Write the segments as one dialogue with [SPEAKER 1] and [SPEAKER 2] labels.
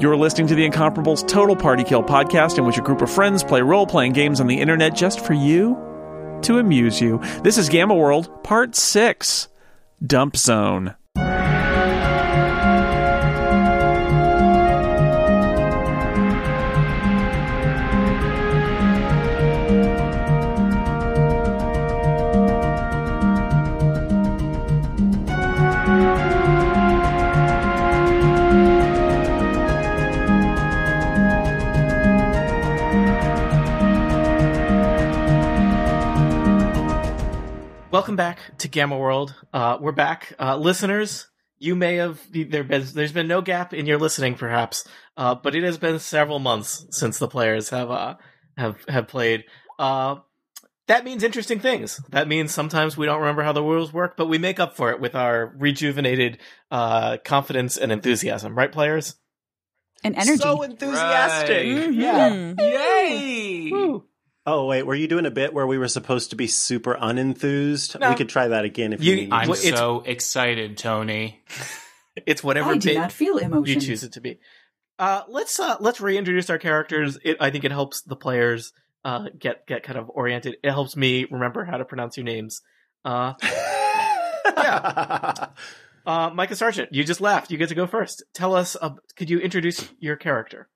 [SPEAKER 1] You're listening to The Incomparables Total Party Kill podcast, in which a group of friends play role playing games on the internet just for you to amuse you. This is Gamma World, Part 6 Dump Zone.
[SPEAKER 2] Welcome back to Gamma World. Uh, we're back, uh, listeners. You may have there been there's been no gap in your listening, perhaps, uh, but it has been several months since the players have uh, have have played. Uh, that means interesting things. That means sometimes we don't remember how the rules work, but we make up for it with our rejuvenated uh, confidence and enthusiasm, right, players?
[SPEAKER 3] and energy. Mm-hmm.
[SPEAKER 4] So enthusiastic.
[SPEAKER 5] Right.
[SPEAKER 4] Yeah.
[SPEAKER 5] Yay!
[SPEAKER 2] Woo.
[SPEAKER 6] Oh wait, were you doing a bit where we were supposed to be super unenthused?
[SPEAKER 2] No.
[SPEAKER 6] We could try that again if
[SPEAKER 2] You-
[SPEAKER 6] you, need.
[SPEAKER 2] I-
[SPEAKER 5] I'm
[SPEAKER 2] Well, it's-
[SPEAKER 5] so excited, Tony.
[SPEAKER 2] It's whatever
[SPEAKER 3] I do
[SPEAKER 2] bit-
[SPEAKER 3] not feel emotion.
[SPEAKER 2] you choose it to be. Uh, let's uh, let's reintroduce our characters. It, I think it helps the players uh, get get kind of oriented. It helps me remember how to pronounce your names. Uh,
[SPEAKER 6] yeah.
[SPEAKER 2] uh, Micah Sargent, you just laughed. You get to go first. Tell us, uh, could you introduce your character?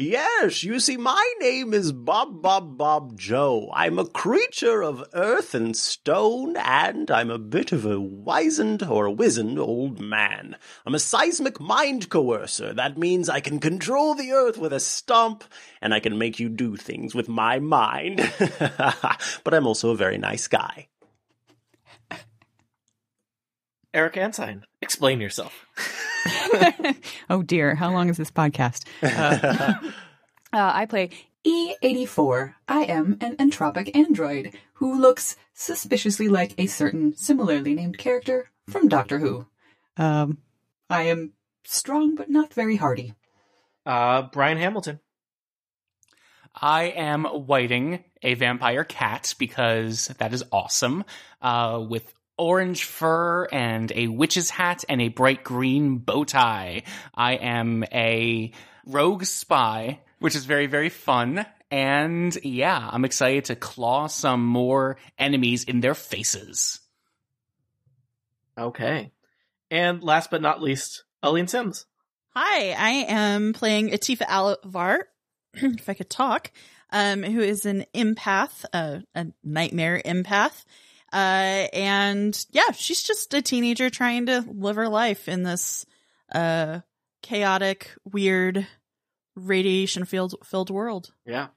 [SPEAKER 6] Yes, you see, my name is Bob Bob Bob Joe. I'm a creature of earth and stone, and I'm a bit of a wizened or a wizened old man. I'm a seismic mind coercer. That means I can control the earth with a stump, and I can make you do things with my mind. but I'm also a very nice guy.
[SPEAKER 2] Eric Ensign, explain yourself.
[SPEAKER 3] oh dear, how long is this podcast? Uh, I play E84. I am an entropic android who looks suspiciously like a certain similarly named character from Doctor Who. Um, I am strong but not very hardy.
[SPEAKER 2] Uh, Brian Hamilton.
[SPEAKER 5] I am whiting a vampire cat because that is awesome. Uh, with orange fur and a witch's hat and a bright green bow tie. I am a rogue spy, which is very, very fun. And yeah, I'm excited to claw some more enemies in their faces.
[SPEAKER 2] Okay. And last but not least, Aline Sims.
[SPEAKER 7] Hi, I am playing Atifa Alvar, if I could talk, um, who is an empath, uh, a nightmare empath. Uh, and yeah, she's just a teenager trying to live her life in this uh, chaotic, weird, radiation field filled world.
[SPEAKER 2] Yeah.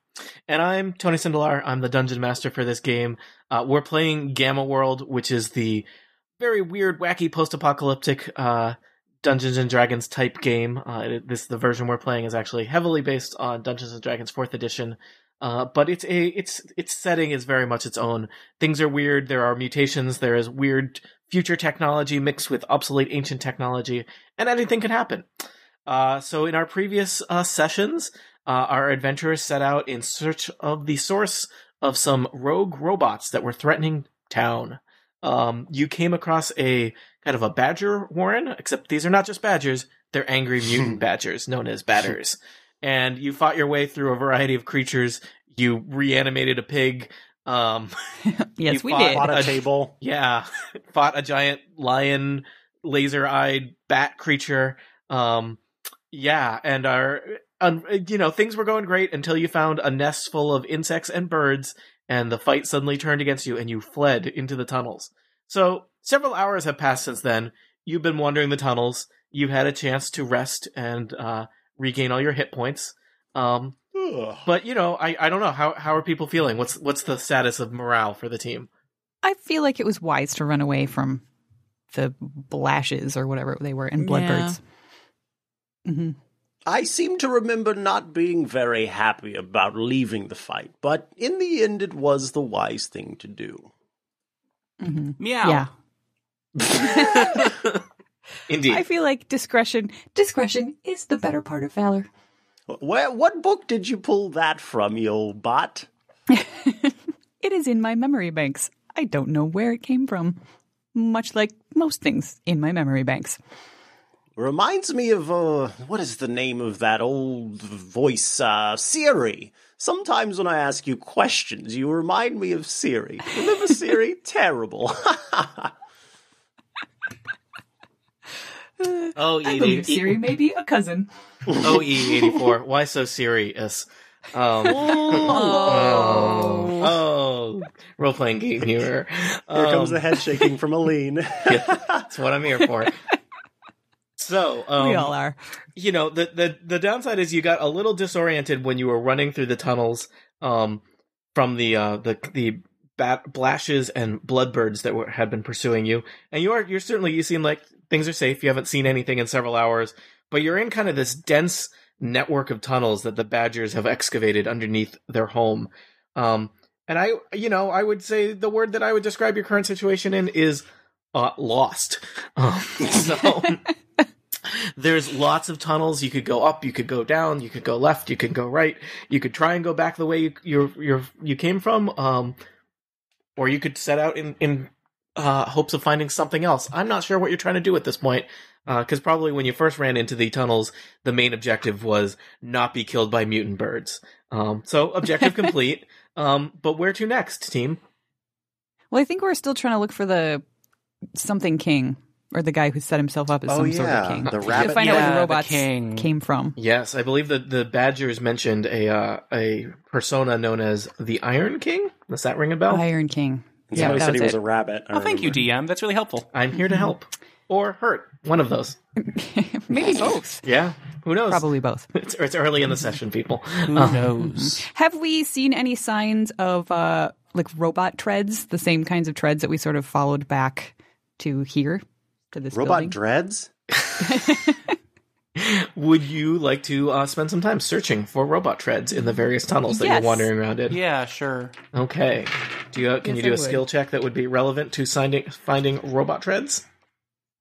[SPEAKER 2] And I'm Tony Sindelar. I'm the dungeon master for this game. Uh, we're playing Gamma World, which is the very weird, wacky post-apocalyptic uh, Dungeons and Dragons type game. Uh, it- this the version we're playing is actually heavily based on Dungeons and Dragons Fourth Edition. Uh, but it's a it's its setting is very much its own. Things are weird. There are mutations. There is weird future technology mixed with obsolete ancient technology, and anything can happen. Uh, so in our previous uh, sessions, uh, our adventurers set out in search of the source of some rogue robots that were threatening town. Um, you came across a kind of a badger warren, except these are not just badgers; they're angry mutant badgers known as batters. And you fought your way through a variety of creatures. You reanimated a pig. Um, You
[SPEAKER 3] Yes, we
[SPEAKER 2] fought
[SPEAKER 3] did.
[SPEAKER 6] On
[SPEAKER 2] Uh,
[SPEAKER 6] a table.
[SPEAKER 2] yeah, fought a giant lion, laser-eyed bat creature. Um, yeah, and our, um, you know, things were going great until you found a nest full of insects and birds, and the fight suddenly turned against you, and you fled into the tunnels. So several hours have passed since then. You've been wandering the tunnels. You've had a chance to rest and uh, regain all your hit points. Um,
[SPEAKER 6] Ugh.
[SPEAKER 2] but you know, I, I don't know how how are people feeling. What's what's the status of morale for the team?
[SPEAKER 3] I feel like it was wise to run away from the blashes or whatever they were and bloodbirds. hmm
[SPEAKER 6] I seem to remember not being very happy about leaving the fight, but in the end, it was the wise thing to do.
[SPEAKER 3] hmm
[SPEAKER 5] Meow.
[SPEAKER 3] Yeah.
[SPEAKER 2] Indeed.
[SPEAKER 3] I feel like discretion discretion is the better part of valor.
[SPEAKER 6] Where, what book did you pull that from, you old bot?
[SPEAKER 3] It is in my memory banks. I don't know where it came from. Much like most things in my memory banks.
[SPEAKER 6] Reminds me of uh, what is the name of that old voice uh, Siri? Sometimes when I ask you questions, you remind me of Siri. Remember Siri? Terrible.
[SPEAKER 2] Oh,
[SPEAKER 3] I believe Siri may be a cousin.
[SPEAKER 2] OE84. E Why so serious? Um,
[SPEAKER 3] Oh.
[SPEAKER 2] oh, role playing game humor.
[SPEAKER 6] Here comes
[SPEAKER 2] Um,
[SPEAKER 6] the head shaking from Aline.
[SPEAKER 2] yeah, that's what I'm here for. So, um,
[SPEAKER 7] we all are.
[SPEAKER 2] you know, the, the, the downside is you got a little disoriented when you were running through the tunnels um, from the, uh, the, the bat, blashes and bloodbirds that were, had been pursuing you. And you are, you're certainly, you seem like things are safe. You haven't seen anything in several hours, but you're in kind of this dense network of tunnels that the badgers have excavated underneath their home. Um, and I, you know, I would say the word that I would describe your current situation in is uh, lost. Um, so there's lots of tunnels. You could go up, you could go down, you could go left, you could go right, you could try and go back the way you you you you came from, um, or you could set out in in uh, hopes of finding something else. I'm not sure what you're trying to do at this point, because probably when you first ran into the tunnels, the main objective was not be killed by mutant birds. Um, so objective complete. Um, but where to next, team?
[SPEAKER 3] Well, I think we're still trying to look for the something king or the guy who set himself up as
[SPEAKER 6] Oh,
[SPEAKER 3] some sort of
[SPEAKER 6] yeah,
[SPEAKER 3] king.
[SPEAKER 6] the
[SPEAKER 3] to
[SPEAKER 6] rabbit
[SPEAKER 3] find out
[SPEAKER 5] Yeah,
[SPEAKER 3] where
[SPEAKER 5] the
[SPEAKER 3] the robots
[SPEAKER 5] king.
[SPEAKER 3] came from.
[SPEAKER 2] Yes, I believe that the Badgers mentioned a uh, a persona known as the Iron King. Does that ring a bell?
[SPEAKER 3] Iron King.
[SPEAKER 6] And
[SPEAKER 3] yeah,
[SPEAKER 6] Oh. somebody
[SPEAKER 3] that
[SPEAKER 6] said
[SPEAKER 3] was
[SPEAKER 6] he was
[SPEAKER 3] it.
[SPEAKER 6] a rabbit. I
[SPEAKER 5] Oh, thank you,
[SPEAKER 6] remember.
[SPEAKER 5] DM. That's really helpful.
[SPEAKER 2] I'm here to help or hurt. One of those.
[SPEAKER 3] Maybe both.
[SPEAKER 2] Yeah. Who knows?
[SPEAKER 3] Probably both.
[SPEAKER 2] It's, it's early in the session, people. Uh,
[SPEAKER 5] Who knows?
[SPEAKER 3] Have we seen any signs of uh, like robot treads, the same kinds of treads that we sort of followed back to here, to this
[SPEAKER 6] Robot
[SPEAKER 3] building?
[SPEAKER 6] dreads?
[SPEAKER 2] Would you like to uh, spend some time searching for robot treads in the various tunnels that
[SPEAKER 3] Yes.
[SPEAKER 2] you're wandering around in?
[SPEAKER 5] Yeah, sure.
[SPEAKER 2] Okay. Do you uh, can
[SPEAKER 3] Yes,
[SPEAKER 2] you do
[SPEAKER 3] I
[SPEAKER 2] a
[SPEAKER 3] would.
[SPEAKER 2] skill check that would be relevant to finding finding robot treads?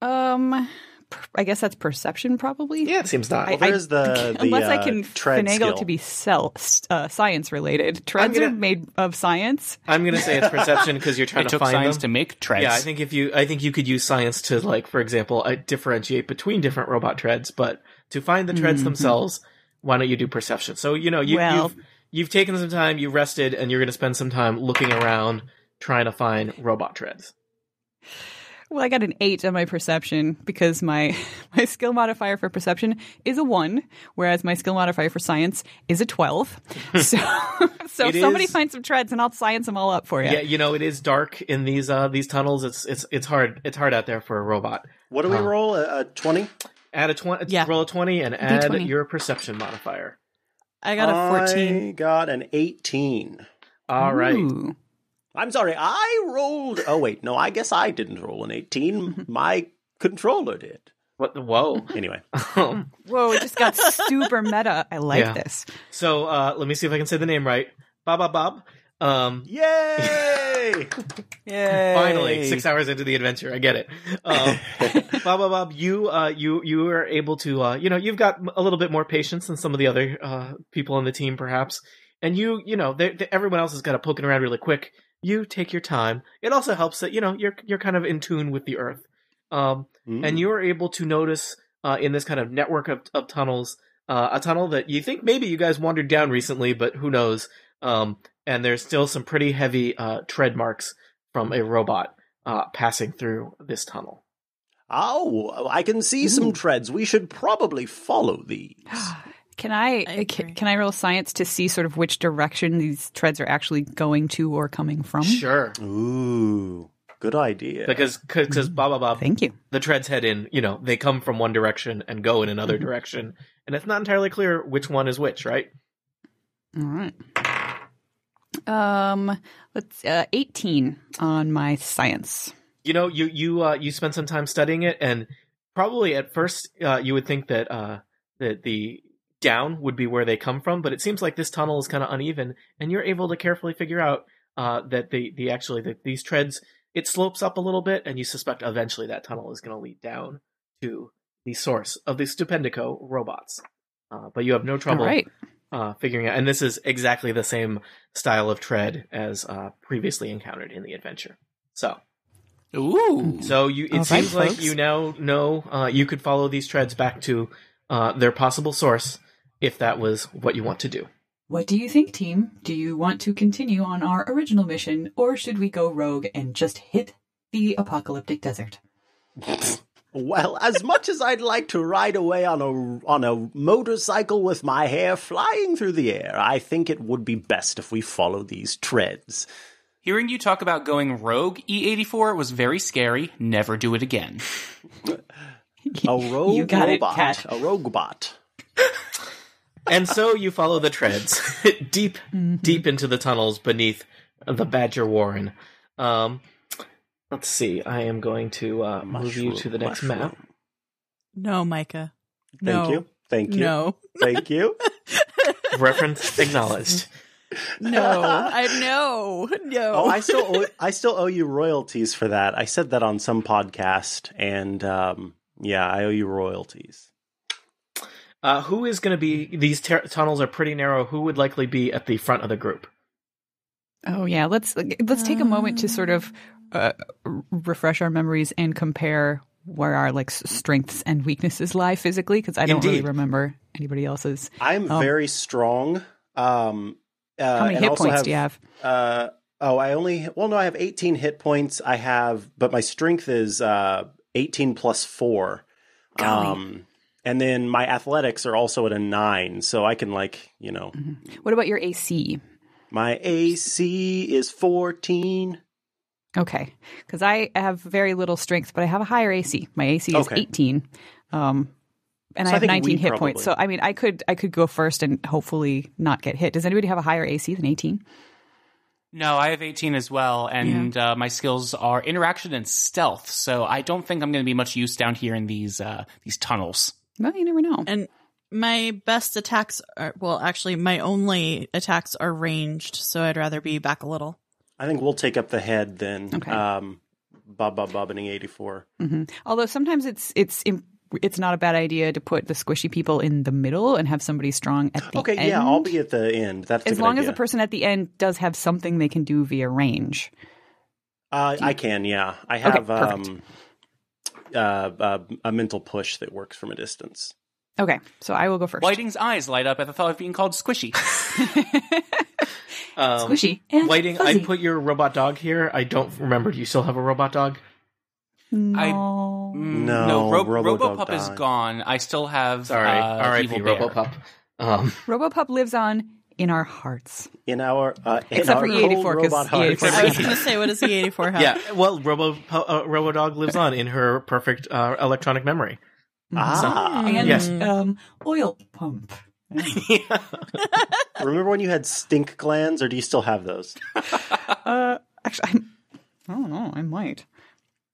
[SPEAKER 3] um, per- I guess that's perception, probably.
[SPEAKER 2] Yeah, it seems not.
[SPEAKER 3] I-
[SPEAKER 6] Well, there's the, the
[SPEAKER 3] Unless
[SPEAKER 6] uh,
[SPEAKER 3] I can
[SPEAKER 6] tread
[SPEAKER 3] finagle
[SPEAKER 6] skill.
[SPEAKER 3] to be cel- s- uh, science related. Treads
[SPEAKER 2] gonna-
[SPEAKER 3] are made of science.
[SPEAKER 2] I'm going to say it's perception because you're trying
[SPEAKER 5] It
[SPEAKER 2] to
[SPEAKER 5] took
[SPEAKER 2] find
[SPEAKER 5] science
[SPEAKER 2] them.
[SPEAKER 5] to make treads.
[SPEAKER 2] Yeah, I think if you, I think you could use science to like, for example, uh, differentiate between different robot treads. But to find the treads themselves, why don't you do perception? So you know, you,
[SPEAKER 3] Well-
[SPEAKER 2] you've you've taken some time, you rested, and you're going to spend some time looking around trying to find robot treads.
[SPEAKER 3] Well, I got an eight on my perception because my my skill modifier for perception is a one, whereas my skill modifier for science is a twelve. So, so if
[SPEAKER 2] It
[SPEAKER 3] somebody
[SPEAKER 2] is-
[SPEAKER 3] finds some treads, and I'll science them all up for you.
[SPEAKER 2] Yeah, you know, it is dark in these uh these tunnels. It's it's it's hard. It's hard out there for a robot.
[SPEAKER 6] What do we roll? A 20?
[SPEAKER 2] Add a twenty.
[SPEAKER 7] Yeah.
[SPEAKER 2] Roll a twenty and add
[SPEAKER 3] D20.
[SPEAKER 2] your perception modifier.
[SPEAKER 7] I got a 14.
[SPEAKER 6] I got an 18.
[SPEAKER 2] All right.
[SPEAKER 3] Ooh.
[SPEAKER 6] I'm sorry, I rolled. Oh, wait, no, I guess I didn't roll an 18. My controller did.
[SPEAKER 2] What? the- Whoa.
[SPEAKER 6] Anyway,
[SPEAKER 2] Um,
[SPEAKER 3] Whoa! It just got super meta. I like
[SPEAKER 2] Yeah.
[SPEAKER 3] this.
[SPEAKER 2] So uh, let me see if I can say the name right. Bob Bob Bob. Um,
[SPEAKER 6] yay!
[SPEAKER 5] Yay.
[SPEAKER 2] Finally, six hours into the adventure, I get it. Um, Bob Bob Bob, you uh, you you are able to uh, you know you've got a little bit more patience than some of the other uh, people on the team, perhaps. And you you know they, they, everyone else has got to poking around really quick. You take your time. It also helps that you know you're you're kind of in tune with the earth. Um,
[SPEAKER 7] Hmm.
[SPEAKER 6] Mm-hmm.
[SPEAKER 2] and you are able to notice uh, in this kind of network of, of tunnels uh, a tunnel that you think maybe you guys wandered down recently, but who knows? Um, and there's still some pretty heavy uh, tread marks from a robot uh, passing through this tunnel.
[SPEAKER 6] Oh, I can see some treads. We should probably follow these.
[SPEAKER 3] Can I, uh,
[SPEAKER 7] I
[SPEAKER 3] ca-
[SPEAKER 7] agree.
[SPEAKER 3] can I roll science to see sort of which direction these treads are actually going to or coming from?
[SPEAKER 2] Sure,
[SPEAKER 6] Ooh, good idea.
[SPEAKER 2] because because Bob Bob Bob,
[SPEAKER 3] Thank you.
[SPEAKER 2] the treads head in. You know they come from one direction and go in another direction, and it's not entirely clear which one is which. Right?
[SPEAKER 3] All right. Um, let's uh, eighteen on my science.
[SPEAKER 2] you know you you uh, you spend some time studying it and probably at first uh, you would think that uh, that the down would be where they come from but it seems like this tunnel is kind of uneven and you're able to carefully figure out uh, that the the actually that these treads it slopes up a little bit and you suspect eventually that tunnel is going to lead down to the source of the stupendico robots uh, but you have no trouble
[SPEAKER 3] All right.
[SPEAKER 2] uh, figuring out and this is exactly the same style of tread as uh, previously encountered in the adventure so
[SPEAKER 5] Ooh.
[SPEAKER 2] So you, it
[SPEAKER 7] All right,
[SPEAKER 2] seems like
[SPEAKER 7] folks.
[SPEAKER 2] you now know uh, you could follow these treads back to uh, their possible source if that was what you want to do.
[SPEAKER 3] What do you think, team? Do you want to continue on our original mission, or should we go rogue and just hit the apocalyptic desert?
[SPEAKER 6] Well, as much as I'd like to ride away on a on a motorcycle with my hair flying through the air, I think it would be best if we follow these treads.
[SPEAKER 5] Hearing you talk about going rogue E84 was very scary. Never do it again.
[SPEAKER 6] A rogue
[SPEAKER 3] you got
[SPEAKER 6] robot,
[SPEAKER 3] it, Kat.
[SPEAKER 6] a rogue bot.
[SPEAKER 2] And so you follow the treads deep,
[SPEAKER 7] Mm-hmm.
[SPEAKER 2] deep into the tunnels beneath the Badger Warren. Um, let's see. I am going to uh, move you
[SPEAKER 6] Mushroom,
[SPEAKER 2] to the next
[SPEAKER 6] mushroom.
[SPEAKER 2] map.
[SPEAKER 7] No, Micah.
[SPEAKER 6] Thank
[SPEAKER 7] No.
[SPEAKER 6] you. Thank you.
[SPEAKER 7] No.
[SPEAKER 6] Thank you.
[SPEAKER 2] Reference acknowledged.
[SPEAKER 7] No. I no. No.
[SPEAKER 6] Oh, I still owe, I still owe you royalties for that. I said that on some podcast, and um, yeah, I owe you royalties.
[SPEAKER 2] Uh, who is going to be? These ter- tunnels are pretty narrow. Who would likely be at the front of the group?
[SPEAKER 3] Oh yeah, let's let's take a moment to sort of uh, r- refresh our memories and compare where our like s- strengths and weaknesses lie physically because I don't really
[SPEAKER 2] Indeed.
[SPEAKER 3] remember anybody else's.
[SPEAKER 6] I'm
[SPEAKER 3] Oh.
[SPEAKER 6] very strong. Um, uh,
[SPEAKER 3] How many
[SPEAKER 6] and
[SPEAKER 3] hit
[SPEAKER 6] also
[SPEAKER 3] points
[SPEAKER 6] have,
[SPEAKER 3] do you have?
[SPEAKER 6] Uh, oh, I only well, no, I have 18 hit points. I have, but my strength is uh 18 plus four. Um, and then my athletics are also at a nine, so I can like you know
[SPEAKER 3] What about your AC?
[SPEAKER 6] my AC is 14.
[SPEAKER 3] Okay, because I have very little strength, but I have a higher AC. My AC is
[SPEAKER 6] Okay.
[SPEAKER 3] eighteen, um, and
[SPEAKER 6] So I
[SPEAKER 3] I have
[SPEAKER 6] think we
[SPEAKER 3] nineteen hit points. So
[SPEAKER 6] probably-
[SPEAKER 3] I mean, I could I could go first and hopefully not get hit. Does anybody have a higher AC than eighteen?
[SPEAKER 5] No, I have 18 as well, and uh, my skills are interaction and stealth. So I don't think I'm going to be much use down here in these uh, these tunnels.
[SPEAKER 3] Well, you never know.
[SPEAKER 7] and my best attacks are well, actually, my only attacks are ranged, so I'd rather be back a little.
[SPEAKER 6] I think we'll take up the head then.
[SPEAKER 3] Okay.
[SPEAKER 6] Um, Bob Bob Bobbining 84.
[SPEAKER 3] hmm Although sometimes it's it's im- it's not a bad idea to put the squishy people in the middle and have somebody strong at the
[SPEAKER 6] Okay,
[SPEAKER 3] end.
[SPEAKER 6] yeah, I'll be at the end. That's a
[SPEAKER 3] as
[SPEAKER 6] good
[SPEAKER 3] long as
[SPEAKER 6] idea.
[SPEAKER 3] the person at the end does have something they can do via range.
[SPEAKER 6] Uh, I can, yeah. I have
[SPEAKER 3] perfect.
[SPEAKER 6] um, uh, uh, a mental push that works from a distance.
[SPEAKER 3] Okay, so I will go first.
[SPEAKER 5] Whiting's eyes light up at the thought of being called squishy.
[SPEAKER 2] Um,
[SPEAKER 3] Squishy and
[SPEAKER 2] Waiting. I
[SPEAKER 3] fuzzy.
[SPEAKER 2] put your robot dog here. I don't remember. Do you still have a robot dog?
[SPEAKER 3] No.
[SPEAKER 5] Mm,
[SPEAKER 6] No,
[SPEAKER 5] no Ro-
[SPEAKER 6] Robo-Dog
[SPEAKER 5] Robopup is
[SPEAKER 6] died.
[SPEAKER 5] gone. I still have
[SPEAKER 2] Sorry,
[SPEAKER 5] uh,
[SPEAKER 2] R.I.P.
[SPEAKER 5] Evil Bear.
[SPEAKER 2] RoboPup. Um,
[SPEAKER 3] RoboPup lives on in our hearts.
[SPEAKER 6] In our uh, in
[SPEAKER 3] Except
[SPEAKER 6] our
[SPEAKER 3] for E84,
[SPEAKER 6] cold
[SPEAKER 3] 'cause E
[SPEAKER 6] robot hearts.
[SPEAKER 3] E84
[SPEAKER 7] I was going to say, what does the 84 have?
[SPEAKER 2] yeah. Well, Robo uh, RoboDog lives on in her perfect uh, electronic memory.
[SPEAKER 6] ah,
[SPEAKER 3] And
[SPEAKER 2] Yes.
[SPEAKER 3] um, oil pump.
[SPEAKER 6] remember when you had stink glands, or do you still have those?
[SPEAKER 3] Uh, actually, I'm, I don't know. I might.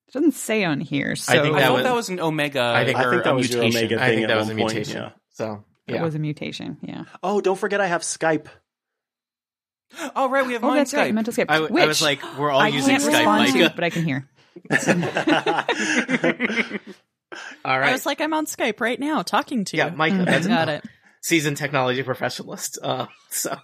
[SPEAKER 3] It doesn't say on here. So
[SPEAKER 2] think
[SPEAKER 5] I
[SPEAKER 2] That
[SPEAKER 5] thought
[SPEAKER 2] was-
[SPEAKER 5] that was an Omega.
[SPEAKER 2] I think-
[SPEAKER 6] I
[SPEAKER 5] or
[SPEAKER 6] think that
[SPEAKER 5] a
[SPEAKER 6] was
[SPEAKER 5] mutation.
[SPEAKER 6] your Omega
[SPEAKER 2] I
[SPEAKER 6] thing
[SPEAKER 2] think
[SPEAKER 6] at
[SPEAKER 2] that was a
[SPEAKER 6] one point,
[SPEAKER 2] mutation.
[SPEAKER 6] yeah.
[SPEAKER 2] So
[SPEAKER 3] it
[SPEAKER 2] yeah.
[SPEAKER 3] was a mutation. Yeah.
[SPEAKER 6] Oh, don't forget I have Skype.
[SPEAKER 5] Oh right, we have
[SPEAKER 3] Oh,
[SPEAKER 5] mind
[SPEAKER 3] that's right.
[SPEAKER 5] Skype.
[SPEAKER 3] Mental Skype.
[SPEAKER 2] I w- I
[SPEAKER 3] which
[SPEAKER 2] was like, we're all
[SPEAKER 3] I
[SPEAKER 2] using
[SPEAKER 3] can't
[SPEAKER 2] Skype,
[SPEAKER 3] respond to,
[SPEAKER 2] Micah.
[SPEAKER 3] but I can hear.
[SPEAKER 2] All
[SPEAKER 7] I
[SPEAKER 2] right.
[SPEAKER 7] was like, I'm on Skype right now talking to
[SPEAKER 2] yeah,
[SPEAKER 7] you.
[SPEAKER 2] Micah. That's
[SPEAKER 7] Got it.
[SPEAKER 2] Seasoned technology professionalist. Uh, so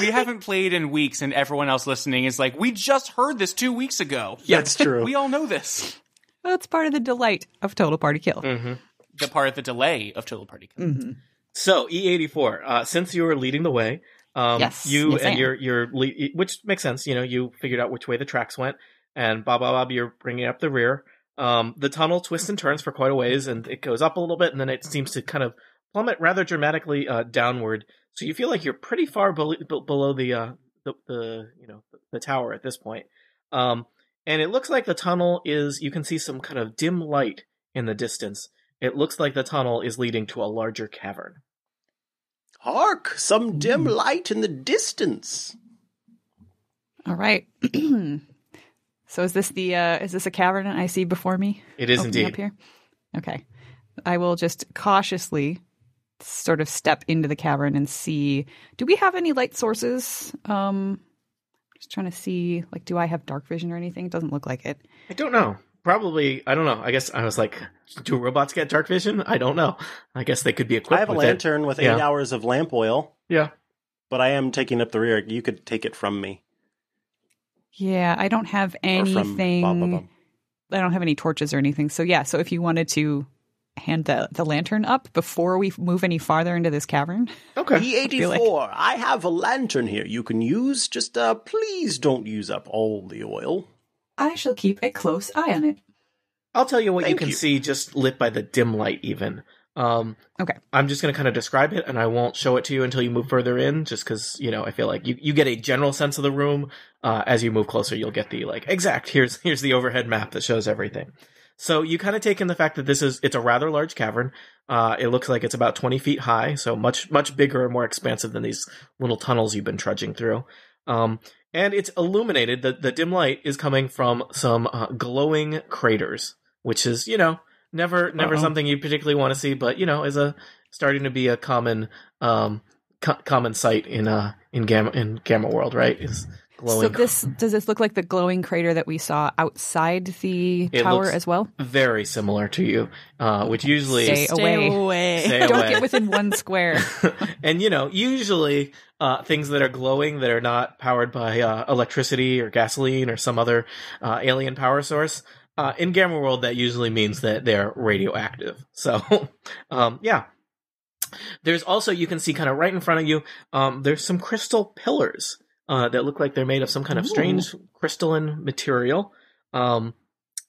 [SPEAKER 5] we haven't played in weeks, and everyone else listening is like, "We just heard this two weeks ago.
[SPEAKER 6] That's true.
[SPEAKER 5] We all know this."
[SPEAKER 3] That's part of the delight of Total Party Kill.
[SPEAKER 2] Mm-hmm.
[SPEAKER 3] Mm-hmm.
[SPEAKER 5] The part of the delay of Total Party. Kill.
[SPEAKER 2] so E84. Uh, since you were leading the way, um,
[SPEAKER 3] Yes,
[SPEAKER 2] you
[SPEAKER 3] yes, I
[SPEAKER 2] and
[SPEAKER 3] am.
[SPEAKER 2] your your lead, which makes sense. You know, you figured out which way the tracks went, and Bob Bob Bob, you're bringing up the rear. Um, the tunnel twists and turns for quite a ways, and it goes up a little bit, and then it seems to kind of plummet rather dramatically uh, downward. So you feel like you're pretty far bel be- below the, uh, the the you know the tower at this point. Um, and it looks like the tunnel is. You can see some kind of dim light in the distance. It looks like the tunnel is leading to a larger cavern.
[SPEAKER 6] Hark! Some dim light in the distance.
[SPEAKER 3] All right. so is this the uh, is this a cavern I see before me?
[SPEAKER 2] It is
[SPEAKER 3] opening
[SPEAKER 2] indeed.
[SPEAKER 3] up here. Okay, I will just cautiously sort of step into the cavern and see. Do we have any light sources? Um, just trying to see. Like, do I have dark vision or anything? It doesn't look like it.
[SPEAKER 2] I don't know. Probably, I don't know. I guess I was like, do robots get dark vision? I don't know. I guess they could be equipped
[SPEAKER 6] I have a
[SPEAKER 2] with it.
[SPEAKER 6] lantern with eight
[SPEAKER 2] Yeah.
[SPEAKER 6] hours of lamp oil,
[SPEAKER 2] Yeah.
[SPEAKER 6] but I am taking up the rear. You could take it from me.
[SPEAKER 3] Yeah, I don't have
[SPEAKER 6] Or from
[SPEAKER 3] anything.
[SPEAKER 6] Bob, Bob, Bob.
[SPEAKER 3] I don't have any torches or anything. So yeah, so if you wanted to hand the, the lantern up before we move any farther into this cavern.
[SPEAKER 2] Okay.
[SPEAKER 3] like-
[SPEAKER 6] E84, E I have a lantern here you can use. Just uh, please don't use up all the oil.
[SPEAKER 3] I shall keep a close eye on it.
[SPEAKER 2] I'll tell you what you
[SPEAKER 6] Thank
[SPEAKER 2] can
[SPEAKER 6] you.
[SPEAKER 2] see just lit by the dim light, even. Um,
[SPEAKER 3] Okay.
[SPEAKER 2] I'm just going to kind of describe it, and I won't show it to you until you move further in, just because you know I feel like you, you get a general sense of the room. Uh, as you move closer, you'll get the like exact. Here's here's the overhead map that shows everything. So you kind of take in the fact that this is it's a rather large cavern. Uh, it looks like it's about 20 feet high, so much much bigger and more expansive than these little tunnels you've been trudging through. Um, and it's illuminated. The the dim light is coming from some uh, glowing craters, which is you know never never
[SPEAKER 1] Uh-oh.
[SPEAKER 2] something you particularly want to see, but you know is a starting to be a common um co- common sight in uh in gamma in gamma world, right? Is glowing
[SPEAKER 3] So this does this look like the glowing crater that we saw outside the
[SPEAKER 2] It
[SPEAKER 3] tower
[SPEAKER 2] looks-
[SPEAKER 3] as well?
[SPEAKER 2] very similar to you, uh, which usually
[SPEAKER 3] Stay away.
[SPEAKER 7] away.
[SPEAKER 2] Stay
[SPEAKER 3] Don't
[SPEAKER 2] away.
[SPEAKER 3] get within one square.
[SPEAKER 2] and you know, usually uh, things that are glowing that are not powered by uh, electricity or gasoline or some other uh, alien power source. Uh, in Gamma World, that usually means that they're radioactive. So, um, yeah. There's also you can see kind of right in front of you. Um, there's some crystal pillars uh, that look like they're made of some kind of strange crystalline material, um,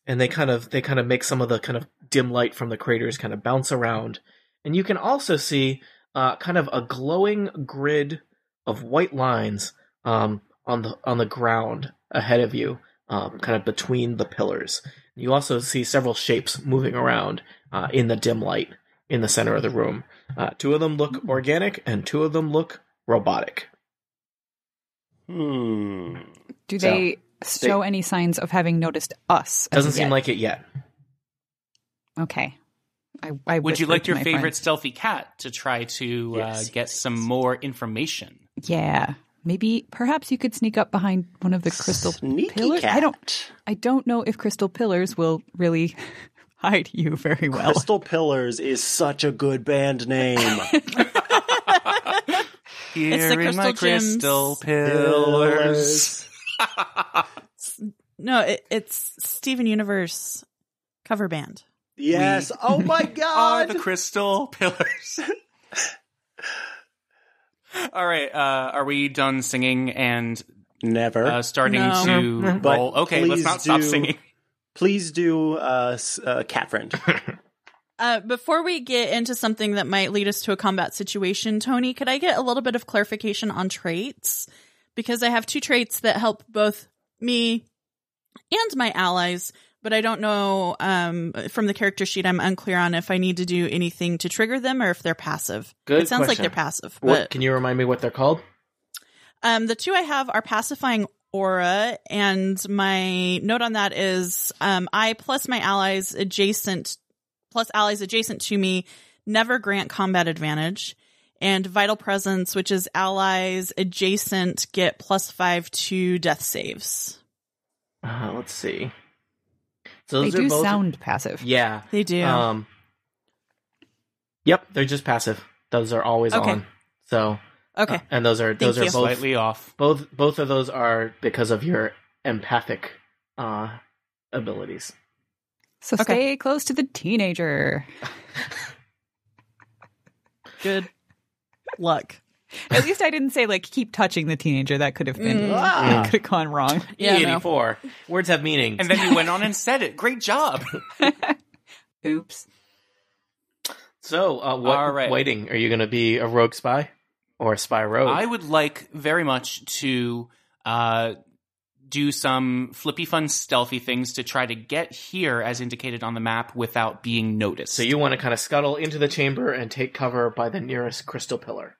[SPEAKER 2] and they kind of they kind of make some of the kind of dim light from the craters kind of bounce around. And you can also see uh, kind of a glowing grid of white lines um, on the on the ground ahead of you, um, kind of between the pillars. You also see several shapes moving around uh, in the dim light in the center of the room. Uh, two of them look organic, and two of them look robotic.
[SPEAKER 6] Hmm.
[SPEAKER 3] Do
[SPEAKER 2] So,
[SPEAKER 3] they show any signs of having noticed us? as
[SPEAKER 2] Doesn't
[SPEAKER 3] of
[SPEAKER 2] seem
[SPEAKER 3] yet?
[SPEAKER 2] like it yet.
[SPEAKER 3] Okay. I, I
[SPEAKER 5] Would you
[SPEAKER 3] whispered
[SPEAKER 5] like
[SPEAKER 3] to
[SPEAKER 5] your
[SPEAKER 3] my
[SPEAKER 5] favorite
[SPEAKER 3] friends.
[SPEAKER 5] stealthy cat to try to
[SPEAKER 6] Yes,
[SPEAKER 5] uh, get some more information?
[SPEAKER 3] Yeah. Maybe perhaps you could sneak up behind one of the crystal
[SPEAKER 6] Sneaky
[SPEAKER 3] pillars.
[SPEAKER 6] cat.
[SPEAKER 3] I don't I don't know if crystal pillars will really hide you very well.
[SPEAKER 6] Crystal Pillars is such a good band name.
[SPEAKER 5] Here
[SPEAKER 7] the
[SPEAKER 5] in my crystal
[SPEAKER 7] crystal
[SPEAKER 5] pillars.
[SPEAKER 7] No, it, it's Steven Universe cover band.
[SPEAKER 6] Yes. oh my
[SPEAKER 5] are
[SPEAKER 6] god.
[SPEAKER 5] the crystal pillars. All right, uh, are we done singing and
[SPEAKER 6] Never.
[SPEAKER 5] uh, starting
[SPEAKER 7] No.
[SPEAKER 5] to
[SPEAKER 6] But
[SPEAKER 5] roll? Okay, let's
[SPEAKER 6] please
[SPEAKER 5] not stop
[SPEAKER 6] do-
[SPEAKER 5] singing.
[SPEAKER 6] Please do uh, s- uh, cat friend.
[SPEAKER 7] Uh, before we get into something that might lead us to a combat situation, Tony, could I get a little bit of clarification on traits? Because I have two traits that help both me and my allies, but I don't know um, from the character sheet, I'm unclear on if I need to do anything to trigger them or if they're passive.
[SPEAKER 2] Good
[SPEAKER 7] it sounds like
[SPEAKER 2] question.
[SPEAKER 7] they're passive.
[SPEAKER 2] What,
[SPEAKER 7] But
[SPEAKER 2] can you remind me what they're called?
[SPEAKER 7] um, the two I have are pacifying aura, and my note on that is um, I plus my allies adjacent plus allies adjacent to me never grant combat advantage, and vital presence, which is allies adjacent, get plus five to death saves.
[SPEAKER 2] Uh, let's see. So
[SPEAKER 3] they
[SPEAKER 2] those
[SPEAKER 3] do
[SPEAKER 2] are both.
[SPEAKER 3] sound passive.
[SPEAKER 2] yeah.
[SPEAKER 7] They do.
[SPEAKER 2] Um. Yep, they're just passive. Those are always
[SPEAKER 7] Okay.
[SPEAKER 2] on. So
[SPEAKER 7] okay.
[SPEAKER 2] Uh, and those are those
[SPEAKER 7] you.
[SPEAKER 2] are both
[SPEAKER 5] Slightly off.
[SPEAKER 2] both both of those are because of your empathic uh abilities.
[SPEAKER 3] So
[SPEAKER 7] Okay.
[SPEAKER 3] stay close to the teenager.
[SPEAKER 7] Good luck.
[SPEAKER 3] At least I didn't say like keep touching the teenager. That could have been
[SPEAKER 7] Mm.
[SPEAKER 6] Ah.
[SPEAKER 3] could have gone wrong.
[SPEAKER 7] Yeah. no.
[SPEAKER 2] 84. Words have meaning.
[SPEAKER 5] And then you went on and said it. Great job.
[SPEAKER 3] Oops.
[SPEAKER 2] so, uh what
[SPEAKER 5] All right.
[SPEAKER 2] waiting are you going to be a rogue spy or a spy rogue?
[SPEAKER 5] I would like very much to uh, do some flippy, fun, stealthy things to try to get here, as indicated on the map, without being noticed.
[SPEAKER 2] so you want to kind of scuttle into the chamber and take cover by the nearest crystal pillar.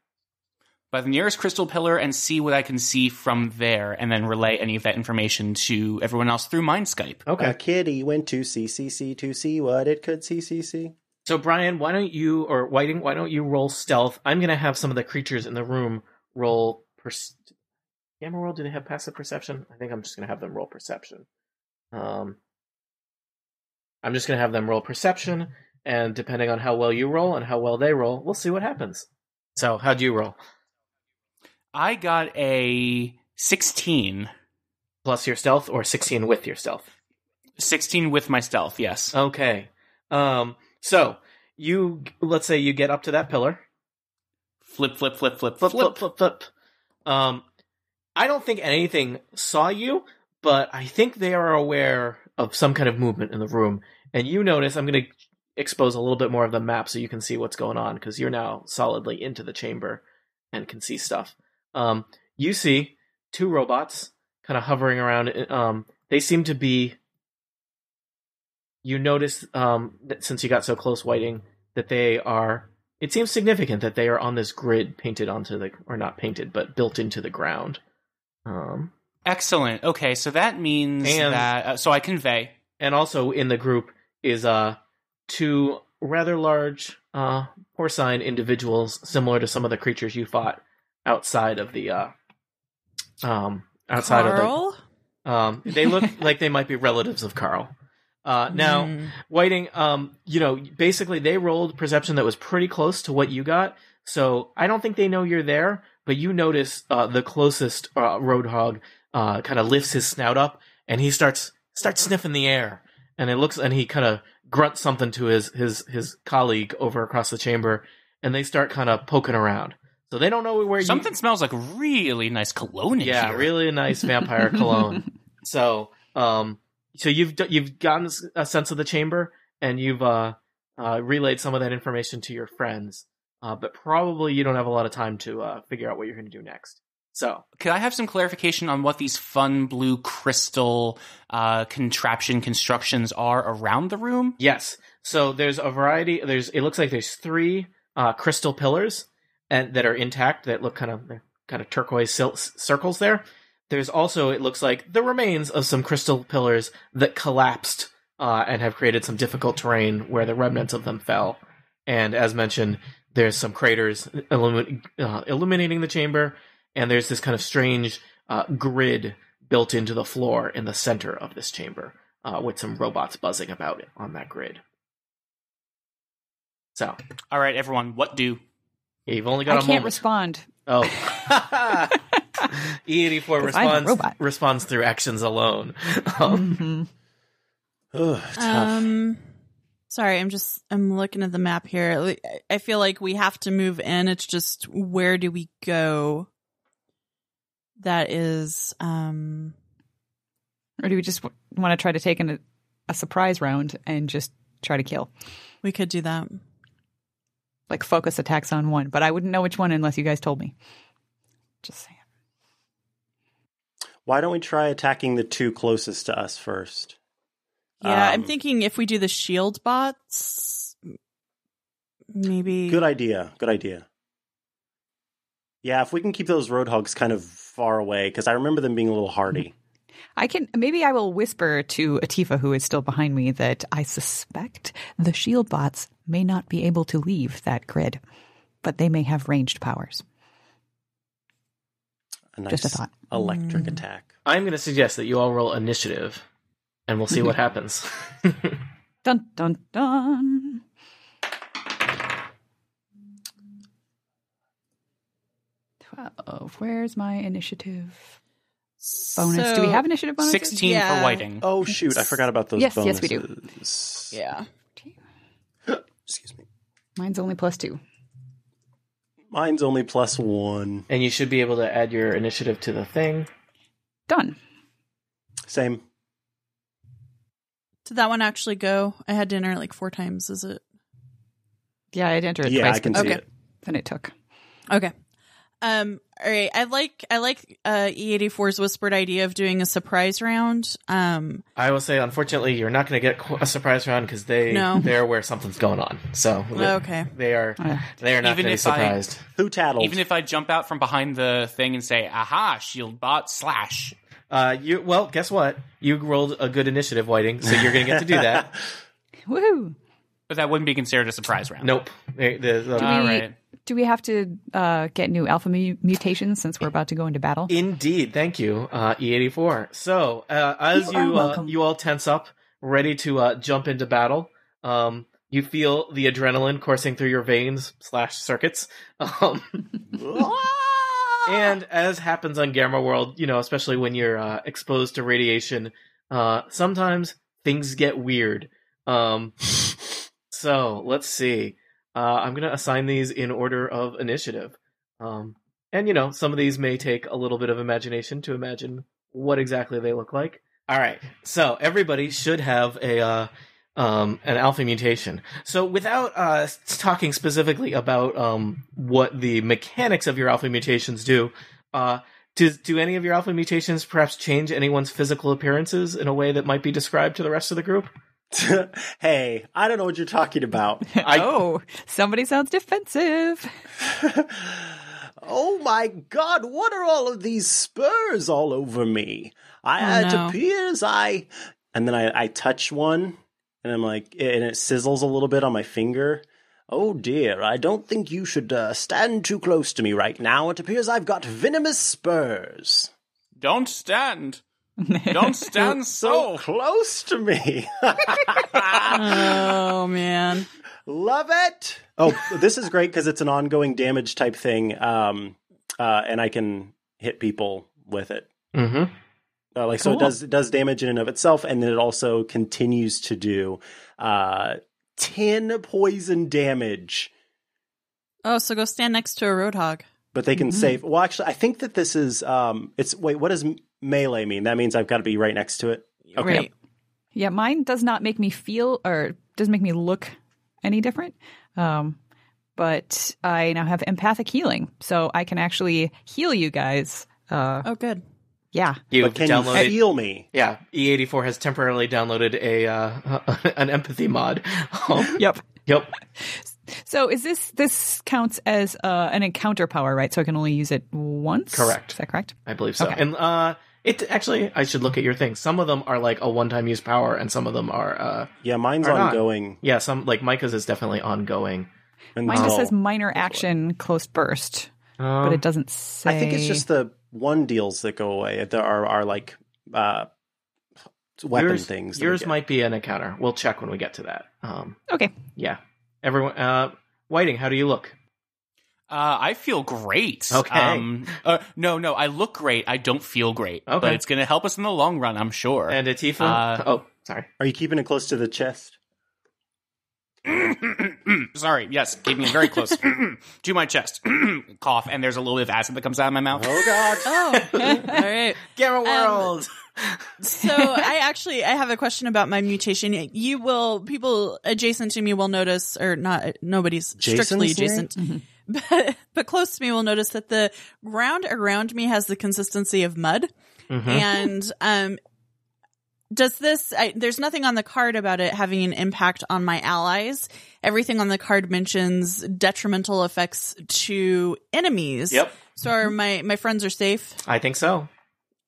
[SPEAKER 5] by the nearest crystal pillar and see what I can see from there, and then relay any of that information to everyone else through Mind Skype.
[SPEAKER 6] A kitty went to CCC to see what it could CCC.
[SPEAKER 2] So Brian, why don't you or Whiting, why don't you roll stealth? I'm going to have some of the creatures in the room roll per- Gamma roll, do they have passive perception? I think I'm just going to have them roll perception. Um I'm just going to have them roll perception and depending on how well you roll and how well they roll, we'll see what happens. So, how do you roll?
[SPEAKER 5] I got a 16.
[SPEAKER 2] plus your stealth or 16 with your stealth?
[SPEAKER 5] 16 with my stealth, yes.
[SPEAKER 2] Uh. Okay. Um, so you let's say you get up to that pillar.
[SPEAKER 5] Flip, flip, flip, flip,
[SPEAKER 2] Flip, flip, flip, flip. Um, I don't think anything saw you, but I think they are aware of some kind of movement in the room. And you notice I'm going to expose a little bit more of the map so you can see what's going on because you're now solidly into the chamber and can see stuff. Um, you see two robots kind of hovering around. Um, they seem to be. You notice um, that since you got so close, Whiting, that they are. It seems significant that they are on this grid painted onto the, or not painted, but built into the ground. Um,
[SPEAKER 5] Excellent. Okay, so that means
[SPEAKER 2] And-
[SPEAKER 5] that. Uh, so I convey.
[SPEAKER 2] and also in the group is uh two rather large uh porcine individuals similar to some of the creatures you fought outside of the uh um outside
[SPEAKER 7] Carl?
[SPEAKER 2] of the um they look like they might be relatives of Carl. Uh now
[SPEAKER 7] Hmm.
[SPEAKER 2] Whiting, um, you know, basically they rolled perception that was pretty close to what you got. So I don't think they know you're there, but you notice uh, the closest uh, roadhog uh, kind of lifts his snout up and he starts starts sniffing the air, and it looks and he kind of grunts something to his his his colleague over across the chamber, and they start kind of poking around. So they don't know where you-
[SPEAKER 5] Something smells like really nice cologne in
[SPEAKER 2] yeah,
[SPEAKER 5] here.
[SPEAKER 2] really nice vampire cologne. So, um, so you've d- you've gotten s- a sense of the chamber, and you've uh, uh, relayed some of that information to your friends. Uh, but probably you don't have a lot of time to uh, figure out what you're going to do next. So,
[SPEAKER 5] Could I have some clarification on what these fun blue crystal uh, contraption constructions are around the room?
[SPEAKER 2] yes, so there's a variety. There's it looks like there's three uh, crystal pillars and that are intact that look kind of they're kind of turquoise cil- circles there. There's also it looks like the remains of some crystal pillars that collapsed uh, and have created some difficult terrain where the remnants of them fell. And as mentioned, there's some craters illumin- uh, illuminating the chamber, and there's this kind of strange uh, grid built into the floor in the center of this chamber uh, with some robots buzzing about it on that grid. So
[SPEAKER 5] All right, everyone, what do?
[SPEAKER 2] you've only
[SPEAKER 3] I
[SPEAKER 2] got a
[SPEAKER 3] can't
[SPEAKER 2] moment.
[SPEAKER 3] respond.
[SPEAKER 2] Oh. E84
[SPEAKER 3] Because I'm a
[SPEAKER 2] responds
[SPEAKER 3] robot.
[SPEAKER 2] responds through actions alone. Um,
[SPEAKER 3] Mhm.
[SPEAKER 6] Ugh, tough.
[SPEAKER 7] Um, sorry, I'm just I'm looking at the map here. Like, I- I feel like we have to move in. It's just where do we go? That is, um,
[SPEAKER 3] Or do we just w- want to try to take in a, a surprise round and just try to kill?
[SPEAKER 7] we could do that.
[SPEAKER 3] Like focus attacks on one, but I wouldn't know which one unless you guys told me. Just saying.
[SPEAKER 6] Why don't we try attacking the two closest to us first?
[SPEAKER 7] Yeah, I'm
[SPEAKER 6] Um,
[SPEAKER 7] thinking if we do the shield bots, maybe.
[SPEAKER 6] Good idea. Good idea. Yeah, if we can keep those roadhogs kind of far away, because I remember them being a little hardy.
[SPEAKER 3] I can maybe I will whisper to Atifa, who is still behind me, that I suspect the shield bots may not be able to leave that grid, but they may have ranged powers.
[SPEAKER 6] A nice
[SPEAKER 3] Just a thought.
[SPEAKER 6] electric attack.
[SPEAKER 2] I'm going to suggest that you all roll initiative, and we'll see what happens.
[SPEAKER 3] Dun dun dun. Twelve. Where's my initiative bonus? Do we
[SPEAKER 7] So-
[SPEAKER 3] have initiative bonuses?
[SPEAKER 5] 16
[SPEAKER 7] Yeah.
[SPEAKER 5] for Whiting.
[SPEAKER 6] Oh shoot, I forgot about those
[SPEAKER 3] Yes, yes,
[SPEAKER 6] bonuses.
[SPEAKER 3] we do.
[SPEAKER 6] do.
[SPEAKER 7] Yeah.
[SPEAKER 6] Excuse me.
[SPEAKER 3] Mine's only plus two.
[SPEAKER 6] Mine's only plus one.
[SPEAKER 2] and you should be able to add your initiative to the thing.
[SPEAKER 3] Done.
[SPEAKER 6] Same.
[SPEAKER 7] Did that one actually go? I had dinner like four times. Is it
[SPEAKER 3] Yeah, I'd enter it
[SPEAKER 6] yeah,
[SPEAKER 3] twice,
[SPEAKER 6] I can
[SPEAKER 3] but
[SPEAKER 6] see
[SPEAKER 7] Okay.
[SPEAKER 6] it.
[SPEAKER 3] then it took.
[SPEAKER 7] okay? Um. All right. I like I like uh, E84's whispered idea of doing a surprise round. Um.
[SPEAKER 2] I will say, unfortunately, you're not going to get qu- a surprise round because they
[SPEAKER 7] No.
[SPEAKER 2] they're aware something's going on. So they-
[SPEAKER 7] Okay.
[SPEAKER 2] they are
[SPEAKER 3] Uh,
[SPEAKER 2] they are not
[SPEAKER 5] Even
[SPEAKER 2] going to be
[SPEAKER 5] if I-
[SPEAKER 2] surprised.
[SPEAKER 6] Who tattled?
[SPEAKER 5] Even if I jump out from behind the thing and say, aha, shield bot slash.
[SPEAKER 2] Uh, you well, guess what? You rolled a good initiative, Whiting, so you're going to get to do that.
[SPEAKER 3] woohoo!
[SPEAKER 5] But that wouldn't be considered a surprise round.
[SPEAKER 2] nope. They- the- the-
[SPEAKER 5] All
[SPEAKER 3] we-
[SPEAKER 5] right.
[SPEAKER 3] Do we have to uh, get new alpha mu- mutations since we're about to go into battle?
[SPEAKER 2] Indeed, thank you, uh, E84. So uh, as
[SPEAKER 3] You
[SPEAKER 2] you
[SPEAKER 3] are
[SPEAKER 2] you, uh,
[SPEAKER 3] welcome.
[SPEAKER 2] you all tense up, ready to uh, jump into battle, um, you feel the adrenaline coursing through your veins slash circuits. Um, And as happens on Gamma World, you know, especially when you're uh, exposed to radiation, uh, sometimes things get weird. Um, so let's see. Uh, I'm going to assign these in order of initiative. Um, and, you know, some of these may take a little bit of imagination to imagine what exactly they look like. All right. So everybody should have a. Uh, um, an alpha mutation. So, without uh, s- talking specifically about um, what the mechanics of your alpha mutations do, uh, do, do any of your alpha mutations perhaps change anyone's physical appearances in a way that might be described to the rest of the group?
[SPEAKER 6] hey, I don't know what you're talking about.
[SPEAKER 2] I-
[SPEAKER 3] oh, somebody sounds defensive.
[SPEAKER 6] oh my god, what are all of these spurs all over me? I,
[SPEAKER 7] Oh, no.
[SPEAKER 6] It appears I. And then I, I touch one, and I'm like, and it sizzles a little bit on my finger. Oh dear, I don't think you should uh, stand too close to me right now. It appears I've got venomous spurs.
[SPEAKER 5] Don't stand. Don't stand
[SPEAKER 6] Oh.
[SPEAKER 5] so.
[SPEAKER 6] Close to me.
[SPEAKER 7] Oh man.
[SPEAKER 6] Love it. Oh, this is great because it's an ongoing damage type thing, um, uh, and I can hit people with it.
[SPEAKER 2] Mm-hmm.
[SPEAKER 6] Uh, like so, it
[SPEAKER 3] Cool.
[SPEAKER 6] does it does damage in and of itself, and then it also continues to do uh, ten poison damage.
[SPEAKER 7] Oh, so go stand next to a roadhog.
[SPEAKER 6] But they can
[SPEAKER 3] Mhm.
[SPEAKER 6] save. Well, actually, I think that this is. Um, it's wait. What does m- melee mean? That means I've got to be right next to it. Okay.
[SPEAKER 7] Right.
[SPEAKER 3] Yeah, mine does not make me feel or doesn't make me look any different. Um, but I now have empathic healing, so I can actually heal you guys. Uh,
[SPEAKER 7] Oh, good.
[SPEAKER 3] yeah,
[SPEAKER 2] You
[SPEAKER 6] but can you feel me?
[SPEAKER 2] yeah, E84 has temporarily downloaded a uh, an empathy mod. Um,
[SPEAKER 3] yep.
[SPEAKER 2] yep.
[SPEAKER 3] So is this this counts as uh, an encounter power, right? So I can only use it once.
[SPEAKER 2] Correct.
[SPEAKER 3] Is that correct?
[SPEAKER 2] I believe so.
[SPEAKER 3] Okay.
[SPEAKER 2] And uh, it actually, I should look at your thing. Some of them are like a one time use power, and some of them are, uh,
[SPEAKER 6] Yeah, mine's
[SPEAKER 2] Or not.
[SPEAKER 6] ongoing.
[SPEAKER 2] yeah, some like Micah's is definitely ongoing.
[SPEAKER 3] Mine just
[SPEAKER 6] until-
[SPEAKER 3] says minor action, close burst, but it doesn't say.
[SPEAKER 6] I think it's just the one deals that go away. There are are like uh, weapon
[SPEAKER 2] yours,
[SPEAKER 6] things. that we
[SPEAKER 2] Yours
[SPEAKER 6] get.
[SPEAKER 2] might be an encounter. We'll check when we get to that. Um,
[SPEAKER 3] okay.
[SPEAKER 2] yeah, everyone. Uh, Whiting, how do you look?
[SPEAKER 5] Uh, I feel great.
[SPEAKER 2] Okay.
[SPEAKER 5] Um, uh, no, no, I look great. I don't feel great. But
[SPEAKER 2] Okay.
[SPEAKER 5] it's going to help us in the long run, I'm sure.
[SPEAKER 2] And Atifa.
[SPEAKER 5] Uh,
[SPEAKER 2] oh, sorry.
[SPEAKER 6] Are you keeping it close to the chest?
[SPEAKER 5] Mm-hmm. Sorry, yes, keeping it very close to my chest. Cough, and there's a little bit of acid that comes out of my mouth.
[SPEAKER 6] Oh God!
[SPEAKER 7] Oh, all right.
[SPEAKER 2] Gamma
[SPEAKER 7] World! So I actually I have a question about my mutation. You will people adjacent to me will notice, or not nobody's strictly
[SPEAKER 6] Jason's
[SPEAKER 7] adjacent, but but close to me will notice that the ground around me has the consistency of mud.
[SPEAKER 2] Mm-hmm.
[SPEAKER 7] And um, does this? I, there's nothing on the card about it having an impact on my allies. Everything on the card mentions detrimental effects to enemies.
[SPEAKER 2] Yep.
[SPEAKER 7] So are my my friends are safe.
[SPEAKER 2] I think so.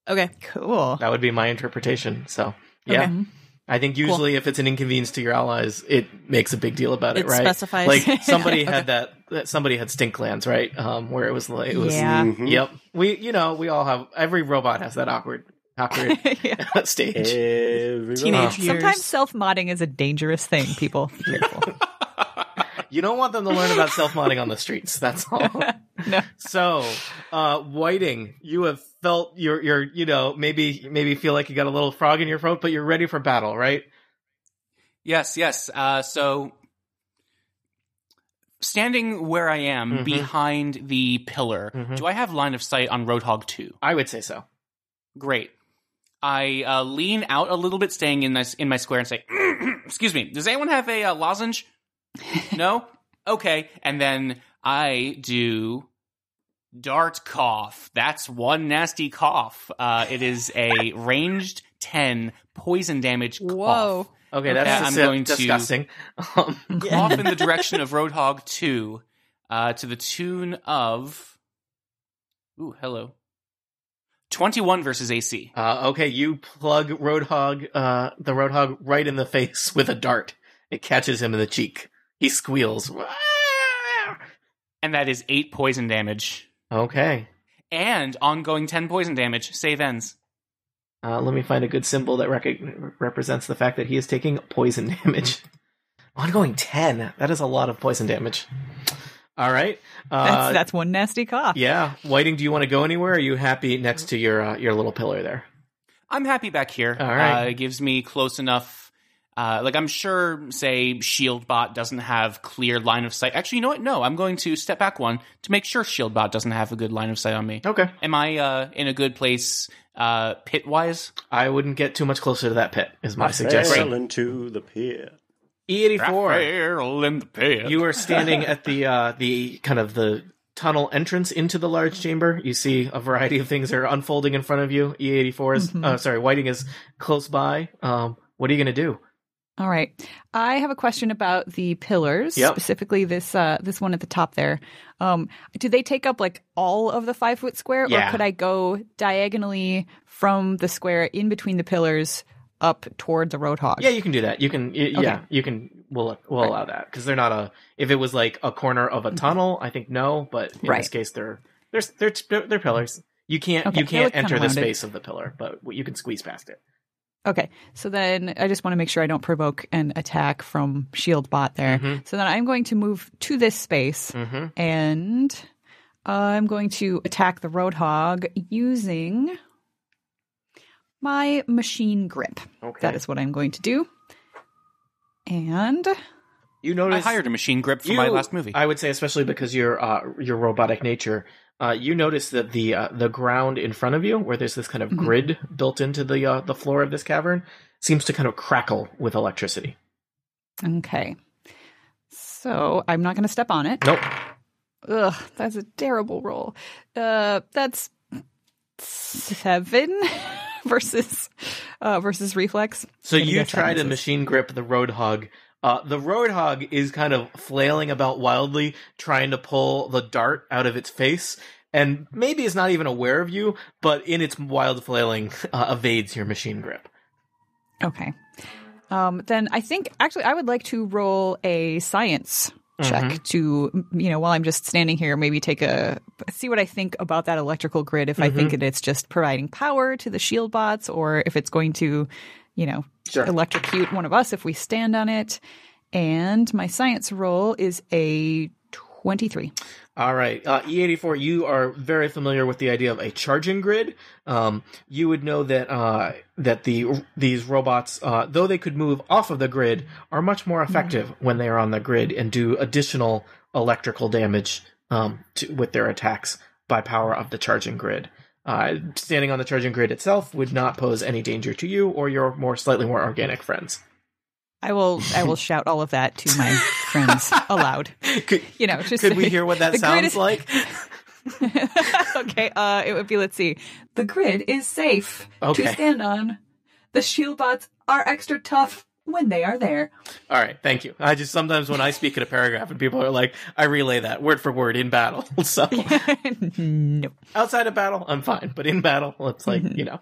[SPEAKER 7] Okay.
[SPEAKER 3] Cool.
[SPEAKER 2] That would be my interpretation. So, yeah.
[SPEAKER 7] Okay.
[SPEAKER 2] I think usually if it's an inconvenience to your allies, it makes a big deal about it,
[SPEAKER 7] It
[SPEAKER 2] right?
[SPEAKER 7] specifies.
[SPEAKER 2] Like somebody had that, that. Somebody had stink glands, right? Um, where it was like it was.
[SPEAKER 3] Yeah.
[SPEAKER 6] Mhm.
[SPEAKER 2] Yep. We, you know, we all have. Every robot has that awkward, awkward
[SPEAKER 3] yeah.
[SPEAKER 2] stage.
[SPEAKER 6] Every
[SPEAKER 7] Teenage years.
[SPEAKER 3] Sometimes self modding is a dangerous thing, people.
[SPEAKER 2] You don't want them to learn about self modding on the streets. That's all.
[SPEAKER 3] No.
[SPEAKER 2] So, uh, Whiting, you have felt your your you know maybe maybe feel like you got a little frog in your throat, but you're ready for battle, right?
[SPEAKER 5] Yes, yes. Uh, so, standing where I am
[SPEAKER 2] Mhm.
[SPEAKER 5] behind the pillar,
[SPEAKER 2] Mhm.
[SPEAKER 5] do I have line of sight on Roadhog 2?
[SPEAKER 2] I would say so.
[SPEAKER 5] Great. I uh, lean out a little bit, staying in my in my square, and say, "Excuse me, does anyone have a uh, lozenge?" no. Okay, and then I do dart cough. That's one nasty cough. Uh, it is a ranged ten poison damage. Cough.
[SPEAKER 7] Whoa.
[SPEAKER 2] Okay,
[SPEAKER 5] Okay,
[SPEAKER 2] that's
[SPEAKER 5] I'm
[SPEAKER 2] dis-
[SPEAKER 5] going to-
[SPEAKER 2] disgusting. Um,
[SPEAKER 5] Cough in the direction of Roadhog two, uh, to the tune of. Ooh, hello. Twenty one versus AC.
[SPEAKER 2] uh, okay, you plug Roadhog, uh, the Roadhog, right in the face with a dart. It catches him in the cheek. He squeals.
[SPEAKER 5] and that is eight poison damage
[SPEAKER 2] Okay,
[SPEAKER 5] and ongoing 10 poison damage. Save ends.
[SPEAKER 2] uh, let me find a good symbol that rec- represents the fact that he is taking poison damage. Ongoing ten. That is a lot of poison damage. All right.
[SPEAKER 3] That's,
[SPEAKER 2] Uh,
[SPEAKER 3] that's one nasty cough.
[SPEAKER 2] yeah. Whiting, do you want to go anywhere? Are you happy next to your uh, your little pillar there?
[SPEAKER 5] I'm happy back here.
[SPEAKER 2] All right.
[SPEAKER 5] Uh, it gives me close enough. Uh, like I'm sure, say Shieldbot doesn't have clear line of sight. Actually, you know what? No, I'm going to step back one to make sure Shieldbot doesn't have a good line of sight on me.
[SPEAKER 2] Okay.
[SPEAKER 5] Am I uh, in a good place, uh, pit wise?
[SPEAKER 2] I wouldn't get too much closer to that pit, is my
[SPEAKER 6] Sail
[SPEAKER 2] suggestion.
[SPEAKER 6] into the pier.
[SPEAKER 2] E84,
[SPEAKER 5] Raphael in the pit.
[SPEAKER 2] you are standing at the uh, the kind of the tunnel entrance into the large chamber. You see a variety of things are unfolding in front of you. E84 is,
[SPEAKER 3] Mhm.
[SPEAKER 2] uh, sorry, Whiting is close by. Um, what are you going to do?
[SPEAKER 3] All right. I have a question about the pillars,
[SPEAKER 2] Yep.
[SPEAKER 3] specifically this uh, this one at the top there. Um, do they take up like all of the five foot square,
[SPEAKER 5] Yeah.
[SPEAKER 3] or could I go diagonally from the square in between the pillars up toward the roadhog?
[SPEAKER 2] Yeah, you can do that. You can, y- yeah, you can. We'll we'll allow that because they're not a. If it was like a corner of a tunnel, I think no. But in this
[SPEAKER 3] Mm-hmm. Right.
[SPEAKER 2] case, they're they're they're, they're pillars. You can't
[SPEAKER 3] Okay,
[SPEAKER 2] you
[SPEAKER 3] they
[SPEAKER 2] can't
[SPEAKER 3] look kinda
[SPEAKER 2] enter the
[SPEAKER 3] rounded.
[SPEAKER 2] space of the pillar, but you can squeeze past it.
[SPEAKER 3] Okay. So then I just want to make sure I don't provoke an attack from Shield Bot there. So then I'm going to move to this space
[SPEAKER 2] Mhm.
[SPEAKER 3] and uh, I'm going to attack the roadhog using my machine grip.
[SPEAKER 2] Okay.
[SPEAKER 3] That is what I'm going to do. And
[SPEAKER 2] you
[SPEAKER 5] I
[SPEAKER 2] notice
[SPEAKER 5] hired a machine grip for my
[SPEAKER 2] you-
[SPEAKER 5] last movie.
[SPEAKER 2] I would say especially because your uh, your robotic nature, uh, you notice that the uh, the ground in front of you, where there's this kind of
[SPEAKER 3] Mhm.
[SPEAKER 2] grid built into the uh, the floor of this cavern, seems to kind of crackle with electricity.
[SPEAKER 3] okay. So I'm not going to step on it.
[SPEAKER 2] Nope.
[SPEAKER 3] Ugh, that's a terrible roll. Uh, that's seven versus uh, versus reflex.
[SPEAKER 2] So
[SPEAKER 3] Gonna
[SPEAKER 2] you
[SPEAKER 3] guess that
[SPEAKER 2] try to
[SPEAKER 3] misses.
[SPEAKER 2] machine grip the roadhog. Uh, the roadhog is kind of flailing about wildly, trying to pull the dart out of its face, and maybe is not even aware of you, but in its wild flailing, uh, evades your machine grip.
[SPEAKER 3] Okay. Um, then I think actually I would like to roll a science check
[SPEAKER 2] Mm-hmm.
[SPEAKER 3] to m- you know while I'm just standing here maybe take a see what I think about that electrical grid if I think
[SPEAKER 2] Mm-hmm.
[SPEAKER 3] that it's just providing power to the shield bots or if it's going to you know electrocute one of us if we stand on it. And my science roll is a 23.
[SPEAKER 2] All right, uh, E84, you are very familiar with the idea of a charging grid. Um, you would know that uh, that the these robots, uh, though they could move off of the grid, are much more effective
[SPEAKER 3] Mm-hmm.
[SPEAKER 2] when they are on the grid and do additional electrical damage um, to, with their attacks by power of the charging grid. Uh, standing on the charging grid itself would not pose any danger to you or your more slightly more organic friends.
[SPEAKER 3] I will I will shout all of that to my friends aloud.
[SPEAKER 2] Could,
[SPEAKER 3] You know, just
[SPEAKER 2] could we hear what that
[SPEAKER 3] the grid
[SPEAKER 2] sounds
[SPEAKER 3] is-
[SPEAKER 2] like?
[SPEAKER 3] okay, uh, it would be let's see. The grid is safe
[SPEAKER 2] Okay.
[SPEAKER 3] to stand on. The shield bots are extra tough when they are there.
[SPEAKER 2] All right, thank you. I just sometimes when I speak in a paragraph and people are like, I relay that word for word in battle. so
[SPEAKER 3] no.
[SPEAKER 2] outside of battle, I'm fine, but in battle, it's like
[SPEAKER 3] Mm-hmm.
[SPEAKER 2] you know.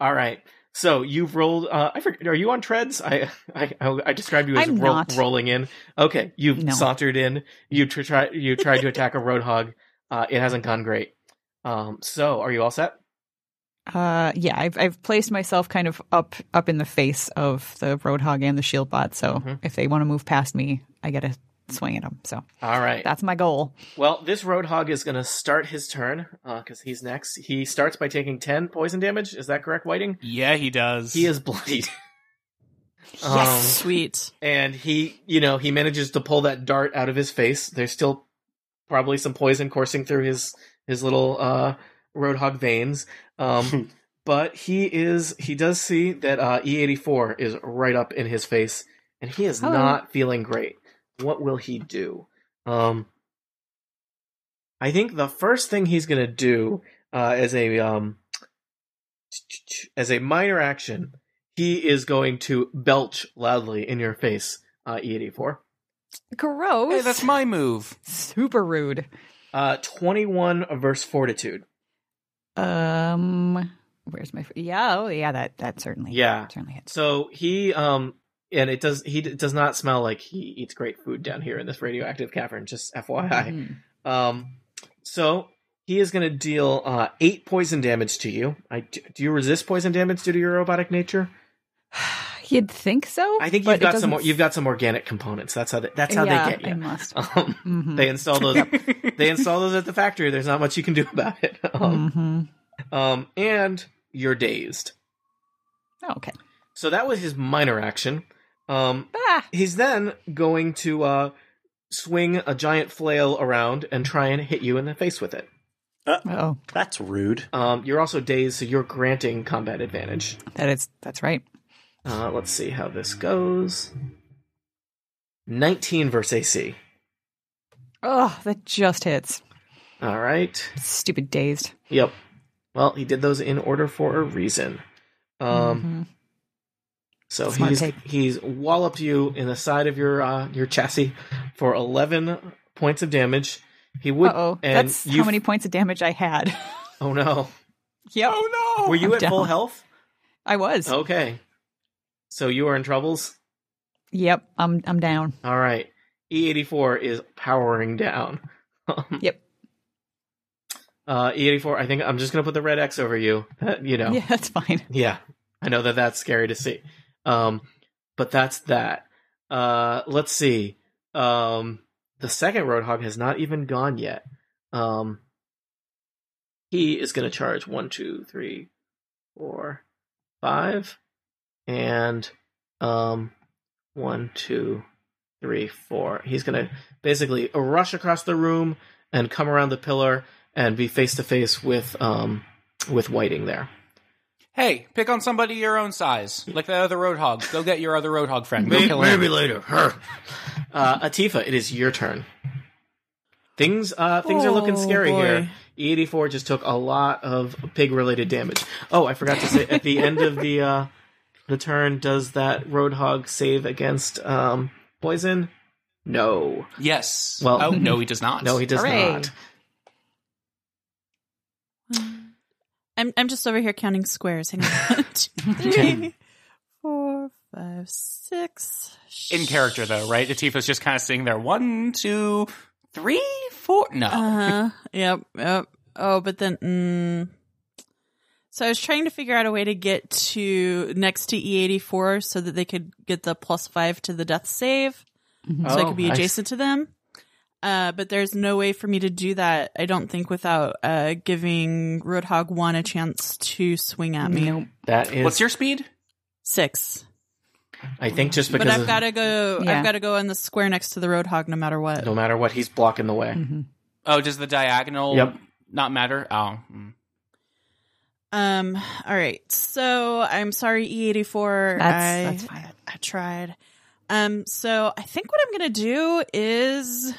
[SPEAKER 2] All right, so you've rolled. Uh, I forget. Are you on treads? I I, I I described you as
[SPEAKER 3] I'm
[SPEAKER 2] roll-
[SPEAKER 3] not.
[SPEAKER 2] rolling in. Okay, you've
[SPEAKER 3] No.
[SPEAKER 2] sauntered in. You tr- try you tried to attack a roadhog. Uh, it hasn't gone great. Um, so are you all set?
[SPEAKER 3] Uh, yeah, I've I've placed myself kind of up up in the face of the roadhog and the shield bot. So
[SPEAKER 2] Mm-hmm.
[SPEAKER 3] if they want to move past me, I gotta swing at them. So
[SPEAKER 2] All right.
[SPEAKER 3] that's my goal.
[SPEAKER 2] Well, this Roadhog is going to start his turn because he's next. He starts by taking ten poison damage. Is that correct, Whiting?
[SPEAKER 5] yeah, he does.
[SPEAKER 2] He is bloodied. Um,
[SPEAKER 3] Yes.
[SPEAKER 7] Sweet.
[SPEAKER 2] and he, you know, he manages to pull that dart out of his face. There's still probably some poison coursing through his his little uh, roadhog veins. Um, but he is he does see that uh, E84 is right up in his face, and he is
[SPEAKER 3] Oh.
[SPEAKER 2] not feeling great. What will he do? Um, I think the first thing he's gonna do uh, as a um, as a minor action, he is going to belch loudly in your face, uh, E84.
[SPEAKER 3] Gross.
[SPEAKER 5] Hey, that's my move.
[SPEAKER 3] Super rude.
[SPEAKER 2] Uh, 21 verse fortitude.
[SPEAKER 3] Um, where's my? Yeah, oh yeah, that that certainly
[SPEAKER 2] Yeah.
[SPEAKER 3] certainly hits.
[SPEAKER 2] So he, um, and it does, he d- does not smell like he eats great food down here in this radioactive cavern, just FYI.
[SPEAKER 3] Mhm.
[SPEAKER 2] Um, so he is going to deal, uh, eight poison damage to you. I, do you resist poison damage due to your robotic nature?
[SPEAKER 3] You'd think so.
[SPEAKER 2] I think
[SPEAKER 3] but
[SPEAKER 2] you've
[SPEAKER 3] it
[SPEAKER 2] got
[SPEAKER 3] doesn't
[SPEAKER 2] some. You've got some organic components. That's how. They, that's how
[SPEAKER 3] yeah,
[SPEAKER 2] they get
[SPEAKER 3] I
[SPEAKER 2] you.
[SPEAKER 3] must.
[SPEAKER 2] Um,
[SPEAKER 3] Mhm.
[SPEAKER 2] they install those. they install those at the factory. There's not much you can do about it. Um,
[SPEAKER 3] Mhm.
[SPEAKER 2] um, and you're dazed.
[SPEAKER 3] Oh, Okay.
[SPEAKER 2] So that was his minor action. Um,
[SPEAKER 3] Ah.
[SPEAKER 2] he's then going to uh, swing a giant flail around and try and hit you in the face with it.
[SPEAKER 3] Oh,
[SPEAKER 6] That's rude.
[SPEAKER 2] Um, you're also dazed, so you're granting combat advantage.
[SPEAKER 3] that is that's right.
[SPEAKER 2] Uh, let's see how this goes. 19 versus AC.
[SPEAKER 3] Oh, that just hits.
[SPEAKER 2] All right.
[SPEAKER 3] Stupid dazed.
[SPEAKER 2] Yep. Well, he did those in order for a reason. Um,
[SPEAKER 3] Mhm.
[SPEAKER 2] So
[SPEAKER 3] Smart
[SPEAKER 2] he's
[SPEAKER 3] take.
[SPEAKER 2] he's walloped you in the side of your uh, your chassis for eleven points of damage. He would.
[SPEAKER 3] Uh-oh.
[SPEAKER 2] and
[SPEAKER 3] That's
[SPEAKER 2] you-
[SPEAKER 3] how many points of damage I had.
[SPEAKER 2] Oh no! Oh.
[SPEAKER 3] yep.
[SPEAKER 5] Oh no!
[SPEAKER 2] Were you
[SPEAKER 3] I'm
[SPEAKER 2] at full
[SPEAKER 3] down.
[SPEAKER 2] health?
[SPEAKER 3] I was.
[SPEAKER 2] Okay. So you are in troubles.
[SPEAKER 3] Yep. I'm I'm down.
[SPEAKER 2] All right. E eighty four is powering down.
[SPEAKER 3] Yep.
[SPEAKER 2] Uh, E eighty four. I think I'm just gonna put the red X over you. Uh, you know.
[SPEAKER 3] Yeah, that's fine.
[SPEAKER 2] Yeah, I know that that's scary to see. Um, but that's that. Uh, let's see. Um, the second Roadhog has not even gone yet. Um, he is going to charge one, two, three, four, five, and um, one, two, three, four. He's going to basically rush across the room and come around the pillar and be face to face with um, with Whiting there.
[SPEAKER 5] Hey, pick on somebody your own size, like the other Roadhog. Go get your other Roadhog friend. Go
[SPEAKER 2] May-
[SPEAKER 5] kill him.
[SPEAKER 2] later. Her. Uh, Atifa, it is your turn. Things uh, things are looking
[SPEAKER 7] Oh,
[SPEAKER 2] scary
[SPEAKER 7] boy.
[SPEAKER 2] here. E84 just took a lot of pig related damage. Oh, I forgot to say at the end of the uh, the turn, does that Roadhog save against um, poison? No,
[SPEAKER 5] Yes.
[SPEAKER 2] Well-
[SPEAKER 5] oh no, he does not.
[SPEAKER 2] no, he does
[SPEAKER 3] Hooray.
[SPEAKER 2] not.
[SPEAKER 7] I'm I'm just over here counting squares. Hang on. Two, three, four, five, six.
[SPEAKER 5] in character though, right? Atifa's just kind of sitting there. One, two, three, four. No.
[SPEAKER 7] Uh huh. yep. Yep. Oh, but then. Mm. So I was trying to figure out a way to get to next to E84 so that they could get the plus five to the death save, so I
[SPEAKER 2] Oh,
[SPEAKER 7] could be
[SPEAKER 2] I s-
[SPEAKER 7] adjacent to them. Uh, but there's no way for me to do that. I don't think without uh, giving Roadhog one a chance to swing at
[SPEAKER 2] Mm-hmm.
[SPEAKER 7] me.
[SPEAKER 3] Nope.
[SPEAKER 2] That is,
[SPEAKER 5] What's your speed?
[SPEAKER 7] Six.
[SPEAKER 2] I think just because
[SPEAKER 7] But I've
[SPEAKER 2] of-
[SPEAKER 7] got to go.
[SPEAKER 3] Yeah.
[SPEAKER 7] I've got to go in the square next to the roadhog, no matter what.
[SPEAKER 2] no matter what, he's blocking the way.
[SPEAKER 5] Oh, does the diagonal
[SPEAKER 2] Yep.
[SPEAKER 5] not matter? Oh. mm.
[SPEAKER 7] Um. All right. So I'm sorry, E84. I,
[SPEAKER 3] That's that's fine.
[SPEAKER 7] I tried. Um. So I think what I'm gonna do is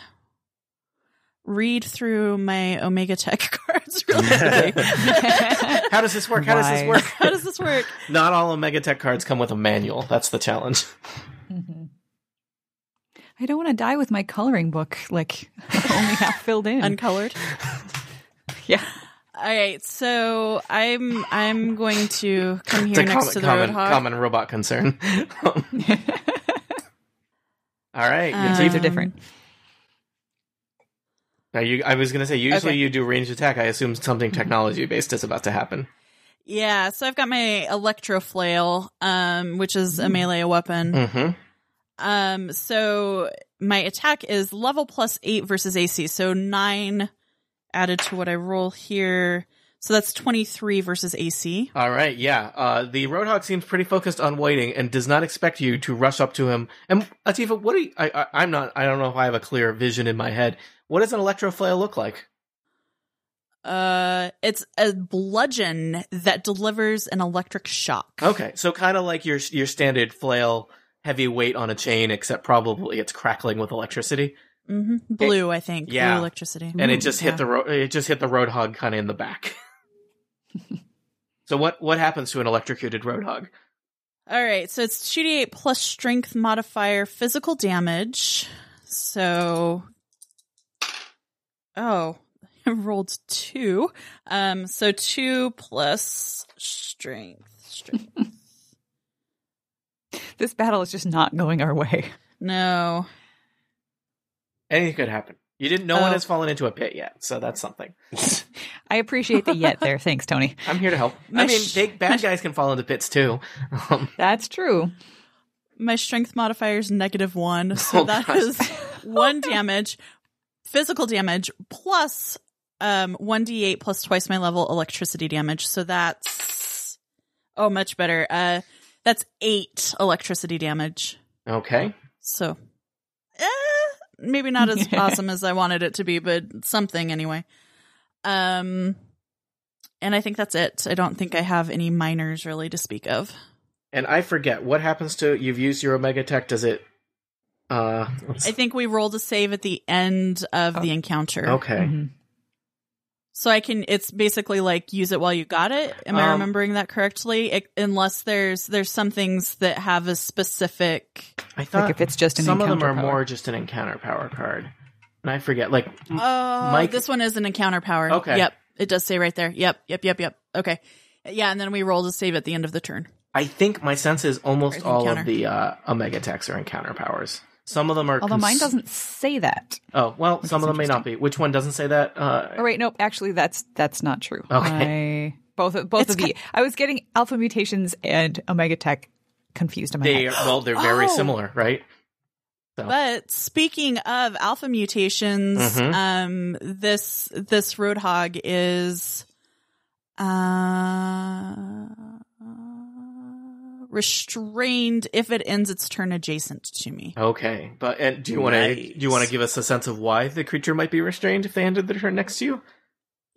[SPEAKER 7] read through my Omega Tech cards really quickly.
[SPEAKER 2] How does this work? How does this
[SPEAKER 3] Why?
[SPEAKER 2] work?
[SPEAKER 7] How does this work?
[SPEAKER 2] Not all Omega Tech cards come with a manual. That's the challenge.
[SPEAKER 3] Mhm. I don't want to die with my coloring book like only half filled in.
[SPEAKER 7] Uncolored.
[SPEAKER 3] yeah.
[SPEAKER 7] All right. So I'm I'm going to come
[SPEAKER 2] It's
[SPEAKER 7] here
[SPEAKER 2] a
[SPEAKER 7] next
[SPEAKER 2] common,
[SPEAKER 7] to the
[SPEAKER 2] common,
[SPEAKER 7] roadhog.
[SPEAKER 2] common robot concern. All right,
[SPEAKER 7] Um,
[SPEAKER 2] Latif,
[SPEAKER 3] These are different.
[SPEAKER 2] now you, I was going to say usually
[SPEAKER 7] Okay.
[SPEAKER 2] you do ranged attack. I assume something technology based is about to happen.
[SPEAKER 7] Yeah, so I've got my electro flail, um, which is
[SPEAKER 2] Hmm.
[SPEAKER 7] a melee weapon.
[SPEAKER 2] Mm-hmm.
[SPEAKER 7] Um, so my attack is level plus eight versus AC, so nine added to what I roll here. So that's twenty three versus AC.
[SPEAKER 2] All right, yeah. Uh, the Roadhog seems pretty focused on waiting and does not expect you to rush up to him. And Atifa, what do you, I, I? I'm not. I don't know if I have a clear vision in my head. What does an electroflail look like?
[SPEAKER 7] Uh, it's a bludgeon that delivers an electric shock.
[SPEAKER 2] Okay, so kind of like your your standard flail, heavy weight on a chain, except probably it's crackling with electricity.
[SPEAKER 7] hmm Blue, I think.
[SPEAKER 2] yeah.
[SPEAKER 7] Blue electricity.
[SPEAKER 2] and
[SPEAKER 3] Mm,
[SPEAKER 2] it just
[SPEAKER 7] Yeah.
[SPEAKER 2] hit the ro- it just hit the roadhog kind of in the back. so what what happens to an electrocuted roadhog?
[SPEAKER 7] All right, so it's 2d8 plus strength modifier physical damage. So Oh, I rolled 2. Um so 2 plus strength. Strength.
[SPEAKER 3] This battle is just not going our way.
[SPEAKER 7] no.
[SPEAKER 2] Anything could happen. You didn't. No one
[SPEAKER 7] Oh.
[SPEAKER 2] has fallen into a pit yet, so that's something.
[SPEAKER 3] I appreciate the yet there. Thanks, Tony.
[SPEAKER 2] I'm here to help. I
[SPEAKER 7] My
[SPEAKER 2] mean,
[SPEAKER 7] sh-
[SPEAKER 2] they, bad guys can fall into pits too. Um,
[SPEAKER 3] That's true.
[SPEAKER 7] My strength modifier is negative one, so
[SPEAKER 2] Oh,
[SPEAKER 7] that
[SPEAKER 2] God.
[SPEAKER 7] is one damage, physical damage plus um one d eight plus twice my level electricity damage. So that's oh much better. Uh, that's eight electricity damage.
[SPEAKER 2] Okay.
[SPEAKER 7] So, eh, maybe not as awesome as I wanted it to be, but something anyway. Um, and I think that's it. I don't think I have any minors really to speak of.
[SPEAKER 2] And I forget what happens to you've used your omega tech. Does it? Uh, let's-
[SPEAKER 7] I think we rolled a save at the end of the encounter.
[SPEAKER 2] Oh. okay.
[SPEAKER 3] Mhm.
[SPEAKER 7] So I can, it's basically like use it while you got it. Am I
[SPEAKER 2] Um,
[SPEAKER 7] remembering that correctly? It, unless there's, there's some things that have a specific,
[SPEAKER 2] I thought
[SPEAKER 3] Like if it's just an
[SPEAKER 2] some of them
[SPEAKER 3] encounter
[SPEAKER 2] are
[SPEAKER 3] power.
[SPEAKER 2] more just an encounter power card, and I forget. Like
[SPEAKER 7] oh,
[SPEAKER 2] Mike-
[SPEAKER 7] this one is an encounter power.
[SPEAKER 2] Okay.
[SPEAKER 7] Yep. It does say right there. Yep. Yep. Yep. Yep. Okay. Yeah. And then we rolled a save at the end of the turn.
[SPEAKER 2] I think my sense is almost
[SPEAKER 7] Or
[SPEAKER 2] all
[SPEAKER 7] encounter.
[SPEAKER 2] of the uh, omega techs are encounter powers. Some of them are.
[SPEAKER 3] Although mine
[SPEAKER 2] cons-
[SPEAKER 3] doesn't say that.
[SPEAKER 2] Oh well, some
[SPEAKER 3] is
[SPEAKER 2] of them may not be. Which one doesn't say that? Uh,
[SPEAKER 3] Oh wait, nope. Actually, that's that's not true.
[SPEAKER 2] Okay.
[SPEAKER 3] I, both of- both
[SPEAKER 7] It's
[SPEAKER 3] of the I was getting alpha mutations and omega tech confused in my
[SPEAKER 2] they
[SPEAKER 3] head.
[SPEAKER 2] well, they're very
[SPEAKER 7] Oh.
[SPEAKER 2] similar, right? So-
[SPEAKER 7] But speaking of alpha mutations,
[SPEAKER 2] Mhm.
[SPEAKER 7] um, this this roadhog is uh, restrained if it ends its turn adjacent to me.
[SPEAKER 2] Oh, Okay, but and do you want to
[SPEAKER 6] Nice.
[SPEAKER 2] do you want to give us a sense of why the creature might be restrained if they ended their turn next to you?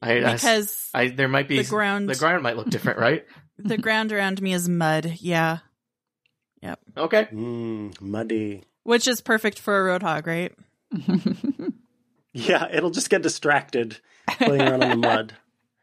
[SPEAKER 2] I, I s-
[SPEAKER 7] because
[SPEAKER 2] I, there might be
[SPEAKER 7] the ground
[SPEAKER 2] the ground might look different, right?
[SPEAKER 7] the ground around me is mud. Yeah,
[SPEAKER 2] Okay,
[SPEAKER 6] Mm, muddy.
[SPEAKER 7] which is perfect for a roadhog, right?
[SPEAKER 6] Yeah, it'll just get distracted playing around in the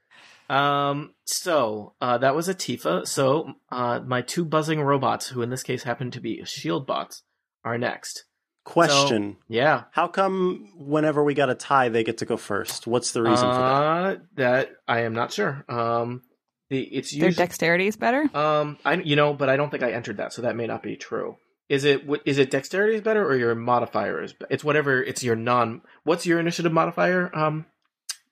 [SPEAKER 6] mud.
[SPEAKER 2] um, so uh, that was a Tifa. So uh, my two buzzing robots, who in this case happen to be shield bots, are next.
[SPEAKER 6] Question.
[SPEAKER 2] Yeah,
[SPEAKER 6] How come whenever we got a tie, they get to go first? What's the reason for that?
[SPEAKER 2] uh, for that? That I am not sure. Um, the it's
[SPEAKER 3] Their
[SPEAKER 2] usually
[SPEAKER 3] dexterity is better.
[SPEAKER 2] um, I you know, but I don't think I entered that, so that may not be true. Is it what is it dexterity is better or your modifier is? Be- it's whatever. It's your non. What's your initiative modifier? Um,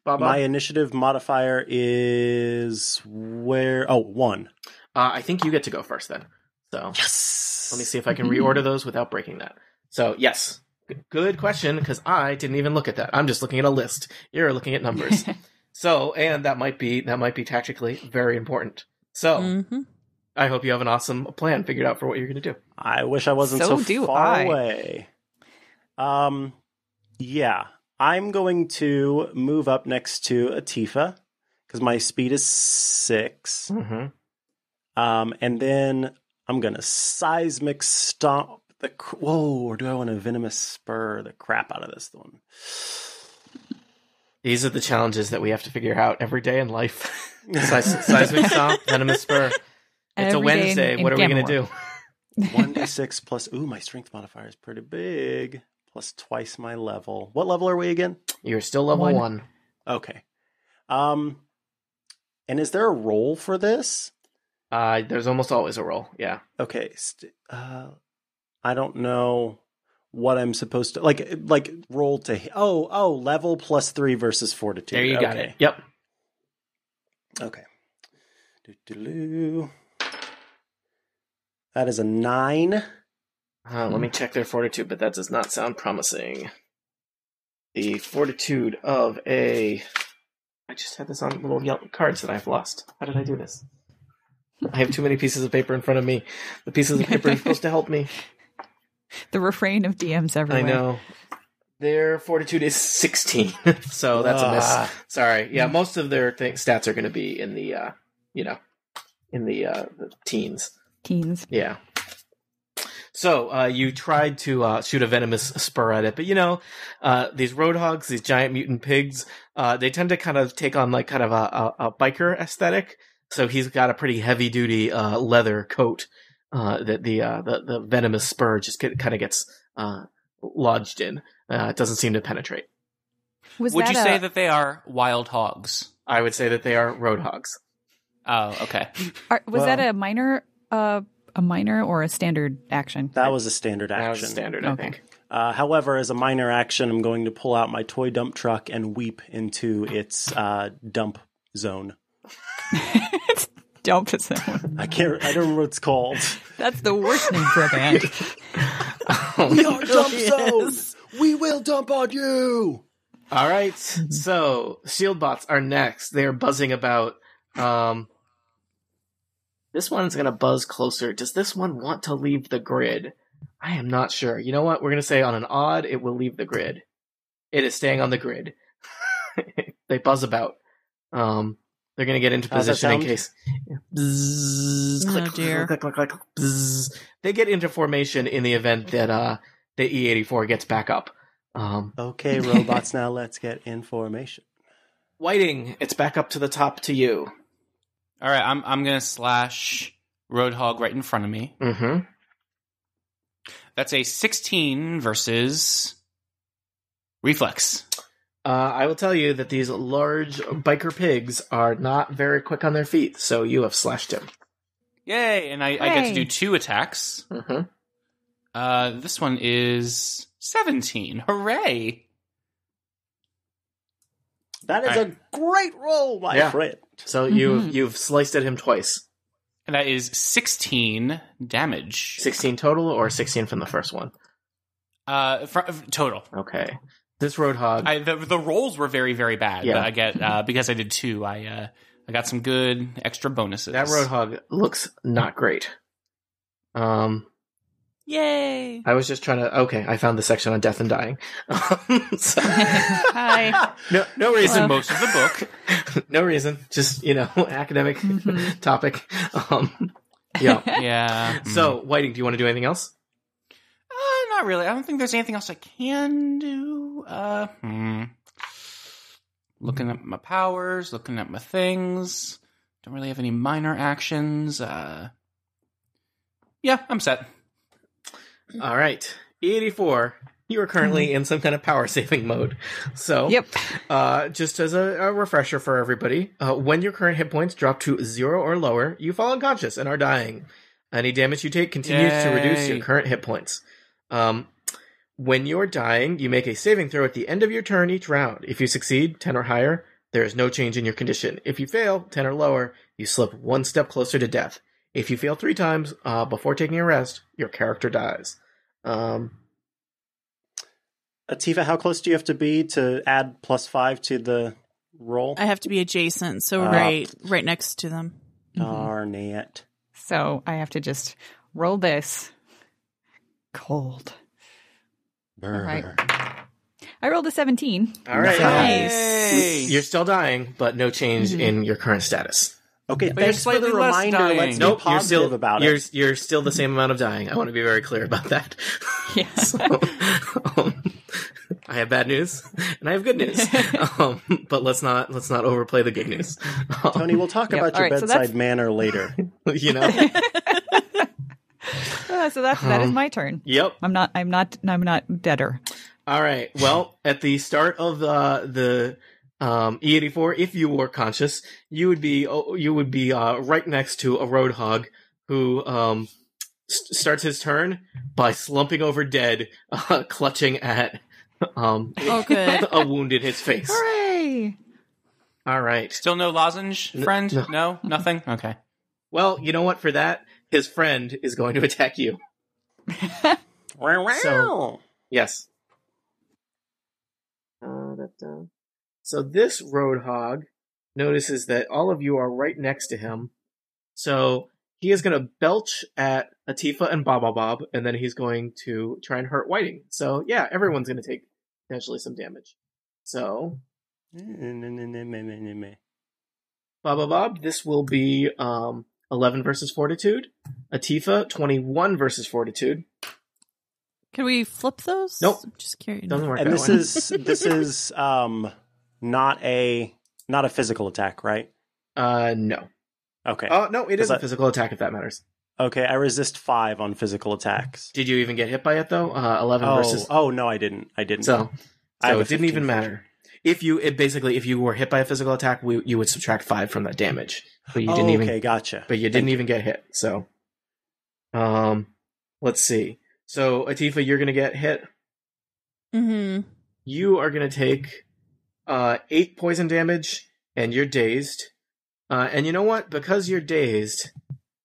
[SPEAKER 2] Bob.
[SPEAKER 6] My initiative modifier is where? Oh, one.
[SPEAKER 2] Uh, I think you get to go first then. So
[SPEAKER 6] Yes.
[SPEAKER 2] let me see if I can reorder those without breaking that. So yes, G- good question because I didn't even look at that. I'm just looking at a list. You're looking at numbers. so and that might be that might be tactically very important. So
[SPEAKER 7] Mm-hmm.
[SPEAKER 2] I hope you have an awesome plan figured out for what you're going to do.
[SPEAKER 6] I wish I wasn't so,
[SPEAKER 3] So do
[SPEAKER 6] far
[SPEAKER 3] I.
[SPEAKER 6] away. Um, yeah, I'm going to move up next to Atifa because my speed is six.
[SPEAKER 2] Mm-hmm.
[SPEAKER 6] Um, and then I'm gonna seismic stomp the. Cr- Whoa! Or do I want to venomous spur the crap out of this one?
[SPEAKER 2] These are the challenges that we have to figure out every day in life. Seis- seismic stomp, venomous spur. It's a
[SPEAKER 3] Every day in-
[SPEAKER 2] Wednesday.
[SPEAKER 3] in
[SPEAKER 2] what are we going to
[SPEAKER 3] Gamora.
[SPEAKER 2] do?
[SPEAKER 6] One d six plus. Ooh, my strength modifier is pretty big. Plus twice my level. What level are we again?
[SPEAKER 2] You're still level
[SPEAKER 3] One.
[SPEAKER 2] one.
[SPEAKER 6] Okay. Um, and is there a role for this?
[SPEAKER 2] Uh, there's almost always a roll. Yeah.
[SPEAKER 6] okay st- uh i don't know what i'm supposed to like like roll to hi- oh oh level plus three versus fortitude
[SPEAKER 2] There you got it.
[SPEAKER 6] okay.
[SPEAKER 2] Yep.
[SPEAKER 6] okay Doo-doo-doo. that is a nine
[SPEAKER 2] Uh, let me check their fortitude, but that does not sound promising. The fortitude of a. I just had this on little yellow cards that I've lost. How did I do this? I have too many pieces of paper in front of me. The pieces of paper are supposed to help me.
[SPEAKER 3] the refrain of DMs
[SPEAKER 2] I
[SPEAKER 3] everywhere.
[SPEAKER 2] know. Their fortitude is 16. so that's a
[SPEAKER 6] Ah.
[SPEAKER 2] miss. Sorry. Yeah, most of their th- stats are going to be in the, uh, you know, in the, uh, the teens.
[SPEAKER 3] Teens.
[SPEAKER 2] Yeah. So uh, you tried to uh, shoot a venomous spur at it, but you know uh, these roadhogs, these giant mutant pigs, uh, they tend to kind of take on like kind of a, a, a biker aesthetic. So he's got a pretty heavy duty uh, leather coat uh, that the, uh, the the venomous spur just get, kind of gets uh, lodged in. Uh, it doesn't seem to penetrate.
[SPEAKER 3] Was
[SPEAKER 5] Would
[SPEAKER 3] that
[SPEAKER 5] you
[SPEAKER 3] a-
[SPEAKER 5] say that they are wild hogs?
[SPEAKER 2] I would say that they are roadhogs.
[SPEAKER 5] Oh, okay.
[SPEAKER 3] are- was that
[SPEAKER 6] well-
[SPEAKER 3] a minor uh, a minor or a standard action?
[SPEAKER 6] that was a standard
[SPEAKER 2] That was
[SPEAKER 6] action
[SPEAKER 2] standard, I
[SPEAKER 3] Okay.
[SPEAKER 2] think.
[SPEAKER 6] Uh, however as a minor action i'm going to pull out my toy dump truck and weep into its uh, dump zone
[SPEAKER 3] Don't piss that one.
[SPEAKER 6] I can't. I don't remember what it's called.
[SPEAKER 3] That's the worst name for a band.
[SPEAKER 6] we are dump
[SPEAKER 7] really is.
[SPEAKER 6] zone. We will dump on you.
[SPEAKER 2] All right. So shield bots are next. They are buzzing about. Um, this one's gonna buzz closer. Does this one want to leave the grid? I am not sure. You know what? We're gonna say on an odd, it will leave the grid. It is staying on the grid. they buzz about. Um, they're gonna get into
[SPEAKER 6] How's that
[SPEAKER 2] position in
[SPEAKER 6] sound?
[SPEAKER 2] case. Bzzz,
[SPEAKER 7] Oh,
[SPEAKER 2] click,
[SPEAKER 7] dear.
[SPEAKER 2] click, click, click, click, bzzz. They get into formation in the event that uh, the E84 gets back up. Um,
[SPEAKER 6] Okay, robots. now let's get information.
[SPEAKER 2] Whiting, it's back up to the top to you.
[SPEAKER 5] All right, I'm I'm gonna slash Roadhog right in front of me.
[SPEAKER 2] Mm-hmm.
[SPEAKER 5] That's a 16 versus reflex.
[SPEAKER 2] Uh, I will tell you that these large biker pigs are not very quick on their feet, so you have slashed him.
[SPEAKER 5] Yay! And I, I get
[SPEAKER 3] Hooray.
[SPEAKER 5] to do two attacks.
[SPEAKER 2] Mm-hmm.
[SPEAKER 5] Uh, this one is 17. Hooray!
[SPEAKER 6] That is
[SPEAKER 5] Alright.
[SPEAKER 6] a great roll, my
[SPEAKER 2] Yeah.
[SPEAKER 6] friend.
[SPEAKER 2] So you've
[SPEAKER 3] Mhm.
[SPEAKER 2] you've sliced at him twice.
[SPEAKER 5] And that is 16 damage.
[SPEAKER 2] Sixteen total, or sixteen from the first one.
[SPEAKER 5] Uh, fr- total.
[SPEAKER 2] Okay. This roadhog.
[SPEAKER 5] I, the the rolls were very very bad.
[SPEAKER 2] Yeah.
[SPEAKER 5] But I get uh, because I did two. I uh, I got some good extra bonuses.
[SPEAKER 2] that roadhog looks not great. Um,
[SPEAKER 7] Yay.
[SPEAKER 2] I was just trying to. Okay, I found the section on death and dying. So-
[SPEAKER 3] Hi.
[SPEAKER 2] no, no
[SPEAKER 5] is
[SPEAKER 2] reason.
[SPEAKER 5] in most of the book.
[SPEAKER 2] no reason. Just you know, academic
[SPEAKER 3] Mhm.
[SPEAKER 2] topic. Um, yeah.
[SPEAKER 5] yeah.
[SPEAKER 2] So, Whiting, do you want to do anything else?
[SPEAKER 5] Uh, not really. I don't think there's anything else I can do. Uh, hmm. Looking at my powers, looking at my things. Don't really have any minor actions. Uh, yeah, I'm set.
[SPEAKER 2] All right. E84, you are currently in some kind of power saving mode. So,
[SPEAKER 3] Yep.
[SPEAKER 2] uh, just as a, a refresher for everybody, uh, when your current hit points drop to zero or lower, you fall unconscious and are dying. Any damage you take continues to reduce your
[SPEAKER 5] Yay.
[SPEAKER 2] current hit points. Um, when you're dying, you make a saving throw at the end of your turn each round. If you succeed, 10 or higher, there is no change in your condition. If you fail, 10 or lower, you slip one step closer to death. If you fail three times uh, before taking a rest, your character dies. Um,
[SPEAKER 6] Atifa, how close do you have to be to add plus five to the roll?
[SPEAKER 7] I have to be adjacent, so
[SPEAKER 2] Uh,
[SPEAKER 6] Ah.
[SPEAKER 7] right right next to them.
[SPEAKER 3] Mm-hmm.
[SPEAKER 6] Darn it.
[SPEAKER 3] So I have to just roll this cold.
[SPEAKER 6] Brr.
[SPEAKER 3] right. I rolled a 17.
[SPEAKER 2] all right.
[SPEAKER 6] Nice.
[SPEAKER 2] You're still dying, but no change in your current status.
[SPEAKER 6] Okay,
[SPEAKER 5] you're
[SPEAKER 6] thanks for the
[SPEAKER 5] slightly less
[SPEAKER 6] reminder.
[SPEAKER 5] dying.
[SPEAKER 6] Let's
[SPEAKER 5] Nope,
[SPEAKER 6] be
[SPEAKER 2] you're
[SPEAKER 6] positive
[SPEAKER 2] still
[SPEAKER 6] about
[SPEAKER 2] you're,
[SPEAKER 6] it.
[SPEAKER 2] You're still the same amount of dying. I want to be very clear about that.
[SPEAKER 3] Yeah.
[SPEAKER 2] So, um, I have bad news and I have good news, um, but let's not let's not overplay the good news. Um,
[SPEAKER 6] Tony, we'll talk
[SPEAKER 3] Yep,
[SPEAKER 6] about your
[SPEAKER 3] alright, so
[SPEAKER 6] bedside
[SPEAKER 3] that's-
[SPEAKER 6] manner later.
[SPEAKER 2] you know,
[SPEAKER 3] Uh, so that's that is
[SPEAKER 2] Um,
[SPEAKER 3] my turn.
[SPEAKER 2] yep.
[SPEAKER 3] I'm not I'm not I'm not deader.
[SPEAKER 2] All right. Well, at the start of uh, the um, E84, if you were conscious, you would be oh, you would be uh, right next to a roadhog who um, st- starts his turn by slumping over dead, uh, clutching at um,
[SPEAKER 7] Oh, good.
[SPEAKER 2] a wound in his face.
[SPEAKER 3] Hooray!
[SPEAKER 2] All right.
[SPEAKER 5] Still no lozenge, friend?
[SPEAKER 2] no.
[SPEAKER 5] No, nothing. Okay.
[SPEAKER 2] Well, you know what? For that, his friend is going to attack you. So- Yes. So this roadhog notices that all of you are right next to him. So he is going to belch at Atifa and Baba Bob, and then he's going to try and hurt Whiting. So yeah, everyone's going to take potentially some damage. So Baba Bob, this will be um, 11 versus Fortitude. Atifa, 21 versus Fortitude.
[SPEAKER 7] Can we flip those?
[SPEAKER 2] Nope.
[SPEAKER 7] I'm just curious.
[SPEAKER 2] Doesn't work.
[SPEAKER 6] and
[SPEAKER 2] that
[SPEAKER 6] this
[SPEAKER 2] one.
[SPEAKER 6] is this is um not a not a physical attack, right?
[SPEAKER 2] uh no.
[SPEAKER 6] Okay.
[SPEAKER 2] Oh no, it
[SPEAKER 6] Is
[SPEAKER 2] is a
[SPEAKER 6] that-
[SPEAKER 2] physical attack if that matters.
[SPEAKER 6] Okay, I resist five on physical attacks.
[SPEAKER 2] Did you even get hit by it though? Uh, Eleven
[SPEAKER 6] Oh,
[SPEAKER 2] versus.
[SPEAKER 6] oh no, I didn't. I didn't.
[SPEAKER 2] So,
[SPEAKER 6] I have
[SPEAKER 2] so
[SPEAKER 6] a
[SPEAKER 2] it didn't
[SPEAKER 6] 15
[SPEAKER 2] even matter. If you it basically, if you were hit by a physical attack, we, you would subtract five from that damage, but you didn't
[SPEAKER 6] Oh,
[SPEAKER 2] even.
[SPEAKER 6] Okay, gotcha.
[SPEAKER 2] But you didn't even get hit. So, um, let's see. So Atifa, you're gonna get hit.
[SPEAKER 7] hmm
[SPEAKER 2] You are gonna take uh eight poison damage, and you're dazed. Uh, and you know what? Because you're dazed,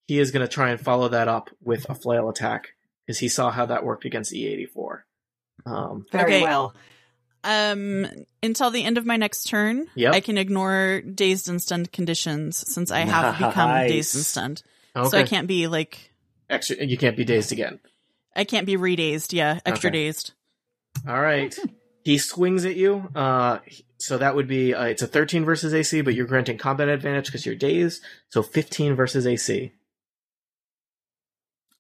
[SPEAKER 2] he is going to try and follow that up with a flail attack because he saw how that worked against E84. Um,
[SPEAKER 3] Very
[SPEAKER 7] Okay.
[SPEAKER 3] well.
[SPEAKER 7] Um, until the end of my next turn,
[SPEAKER 2] Yep.
[SPEAKER 7] I can ignore dazed and stunned conditions since I have become
[SPEAKER 6] Nice.
[SPEAKER 7] dazed and stunned.
[SPEAKER 2] okay.
[SPEAKER 7] So I can't be like
[SPEAKER 2] Extra, you can't be dazed again.
[SPEAKER 7] I can't be redazed. Yeah, extra
[SPEAKER 2] Okay.
[SPEAKER 7] dazed.
[SPEAKER 2] All right. he swings at you. Uh, so that would be uh, it's a 13 versus AC, but you're granting combat advantage because you're dazed. So 15 versus AC.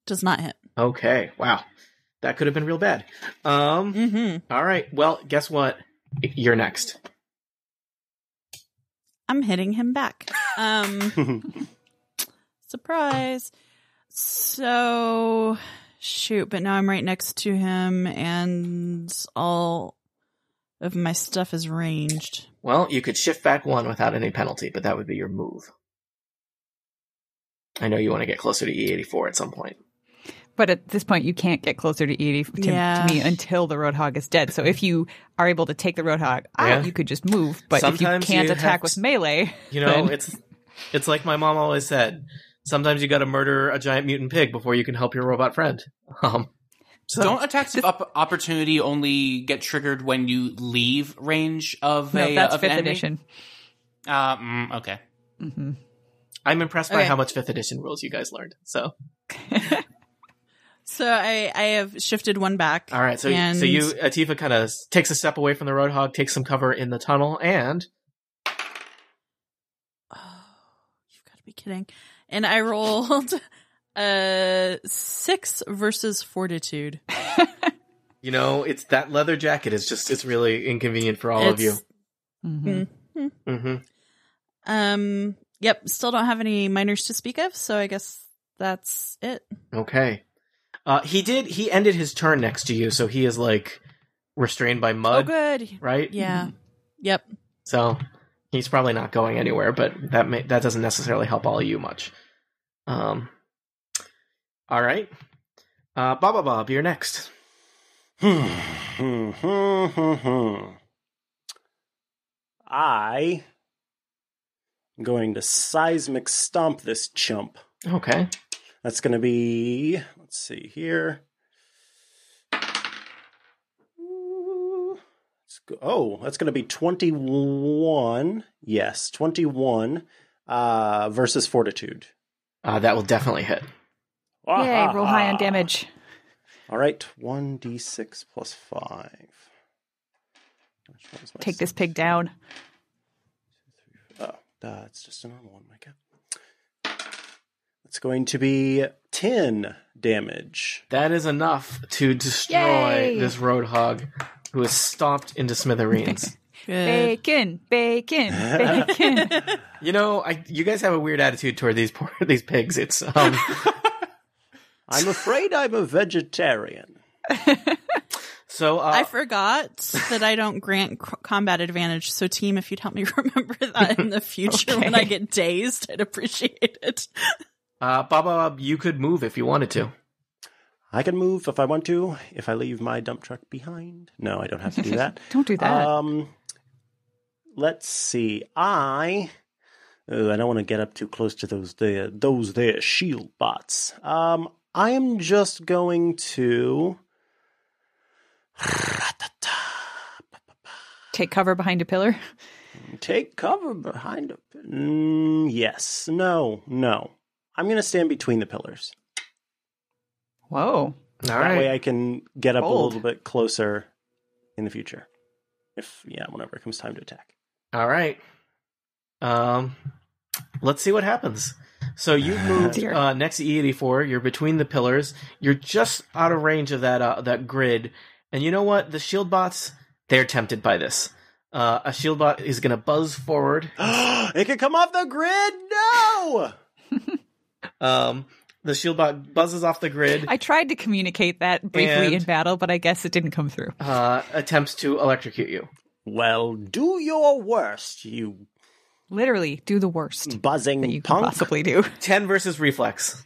[SPEAKER 7] Does not hit.
[SPEAKER 2] Okay. Wow. That could have been real bad. Um,
[SPEAKER 7] hmm
[SPEAKER 2] All right. Well, guess what? You're next.
[SPEAKER 7] I'm hitting him back. Um, surprise. So shoot, but now I'm right next to him, and all of my stuff is ranged.
[SPEAKER 2] Well, you could shift back one without any penalty, but that would be your move. I know you want to get closer to E84 at some point.
[SPEAKER 3] But at this point, you can't get closer to Edie to, to
[SPEAKER 7] Yeah.
[SPEAKER 3] me until the Roadhog is dead. So if you are able to take the Roadhog out,
[SPEAKER 2] Yeah.
[SPEAKER 3] you could just move. But
[SPEAKER 2] Sometimes
[SPEAKER 3] if you can't
[SPEAKER 2] you have
[SPEAKER 3] attack
[SPEAKER 2] to-
[SPEAKER 3] with melee,
[SPEAKER 2] You know,
[SPEAKER 3] Good.
[SPEAKER 2] it's it's like my mom always said. Sometimes you got to murder a giant mutant pig before you can help your robot friend. Um, so
[SPEAKER 5] Don't attacks of op- opportunity only get triggered when you leave range of
[SPEAKER 3] no,
[SPEAKER 5] a
[SPEAKER 3] that's
[SPEAKER 5] of an
[SPEAKER 3] fifth
[SPEAKER 5] enemy?
[SPEAKER 3] edition.
[SPEAKER 5] Uh, mm, okay.
[SPEAKER 3] hmm
[SPEAKER 2] I'm impressed by
[SPEAKER 7] Okay.
[SPEAKER 2] how much fifth edition rules you guys learned. So
[SPEAKER 7] So I I have shifted one back.
[SPEAKER 2] all right, so
[SPEAKER 7] and
[SPEAKER 2] so you Atifa kind of takes a step away from the roadhog, takes some cover in the tunnel, and
[SPEAKER 7] Oh, you've got to be kidding. And I rolled uh six versus fortitude.
[SPEAKER 2] you know it's that leather jacket is just it's really inconvenient for all of you.
[SPEAKER 7] It's-
[SPEAKER 3] hmm
[SPEAKER 2] hmm
[SPEAKER 7] Um yep, still don't have any minors to speak of, so I guess that's it.
[SPEAKER 2] Okay. Uh, he did. He ended his turn next to you, so he is like restrained by
[SPEAKER 7] Oh
[SPEAKER 2] mud,
[SPEAKER 7] good.
[SPEAKER 2] right?
[SPEAKER 7] Yeah. Yep.
[SPEAKER 2] So he's probably not going anywhere, but that may, that doesn't necessarily help all of you much. Um. All right. Uh, Baba Bob, you're next.
[SPEAKER 6] I am going to seismic stomp this chump.
[SPEAKER 2] Okay.
[SPEAKER 6] That's going to be, let's see here. Ooh, Let's go. Oh, that's going to be 21. Yes, 21 uh, versus fortitude.
[SPEAKER 2] Uh, that will definitely hit.
[SPEAKER 3] Yay! Roll high on
[SPEAKER 6] Ah.
[SPEAKER 3] damage.
[SPEAKER 6] All right, 1d6 plus 5. Which one's my
[SPEAKER 3] Take this pig down.
[SPEAKER 6] Oh, that's just a normal one, Micah. It's going to be 10 damage.
[SPEAKER 2] That is enough to destroy
[SPEAKER 3] Yay!
[SPEAKER 2] this roadhog, who is stomped into smithereens.
[SPEAKER 7] Good.
[SPEAKER 3] Bacon, bacon, bacon.
[SPEAKER 2] you know, I you guys have a weird attitude toward these poor these pigs. It's um.
[SPEAKER 6] I'm afraid I'm a vegetarian.
[SPEAKER 2] So uh,
[SPEAKER 7] I forgot that I don't grant c- combat advantage. So, team, if you'd help me remember that in the future when I get dazed, I'd appreciate it.
[SPEAKER 2] Uh, Bob, Bob, you could move if you wanted to.
[SPEAKER 6] I can move if I want to, if I leave my dump truck behind. No, I don't have to do that.
[SPEAKER 3] Don't do that.
[SPEAKER 6] Um, let's see. I oh, I don't want to get up too close to those there those there shield bots. Um, I am just going to.
[SPEAKER 3] Take cover behind a pillar.
[SPEAKER 6] Take cover behind a. Mm, yes. No. No. I'm going to stand between the pillars.
[SPEAKER 3] Whoa!
[SPEAKER 2] All
[SPEAKER 6] that
[SPEAKER 2] right.
[SPEAKER 6] way I can get up a
[SPEAKER 3] Bold.
[SPEAKER 6] little bit closer in the future. If, yeah, whenever it comes time to attack.
[SPEAKER 2] All right. Um, let's see what happens. So you
[SPEAKER 6] Oh,
[SPEAKER 2] moved
[SPEAKER 3] dear.
[SPEAKER 2] uh, next to E84. You're between the pillars. You're just out of range of that uh, that grid. And you know what? The shield bots, they're tempted by this. Uh, a shield bot is going to buzz forward.
[SPEAKER 6] it could come off the grid? No!
[SPEAKER 2] Um, the shield bot buzzes off the grid,
[SPEAKER 3] I tried to communicate that briefly
[SPEAKER 2] And-
[SPEAKER 3] in battle, but I guess it didn't come through.
[SPEAKER 2] uh, attempts to electrocute you.
[SPEAKER 6] Well, do your worst, you
[SPEAKER 3] Literally, do the worst
[SPEAKER 6] buzzing
[SPEAKER 3] that you can
[SPEAKER 6] punk.
[SPEAKER 3] possibly do.
[SPEAKER 2] 10 versus reflex.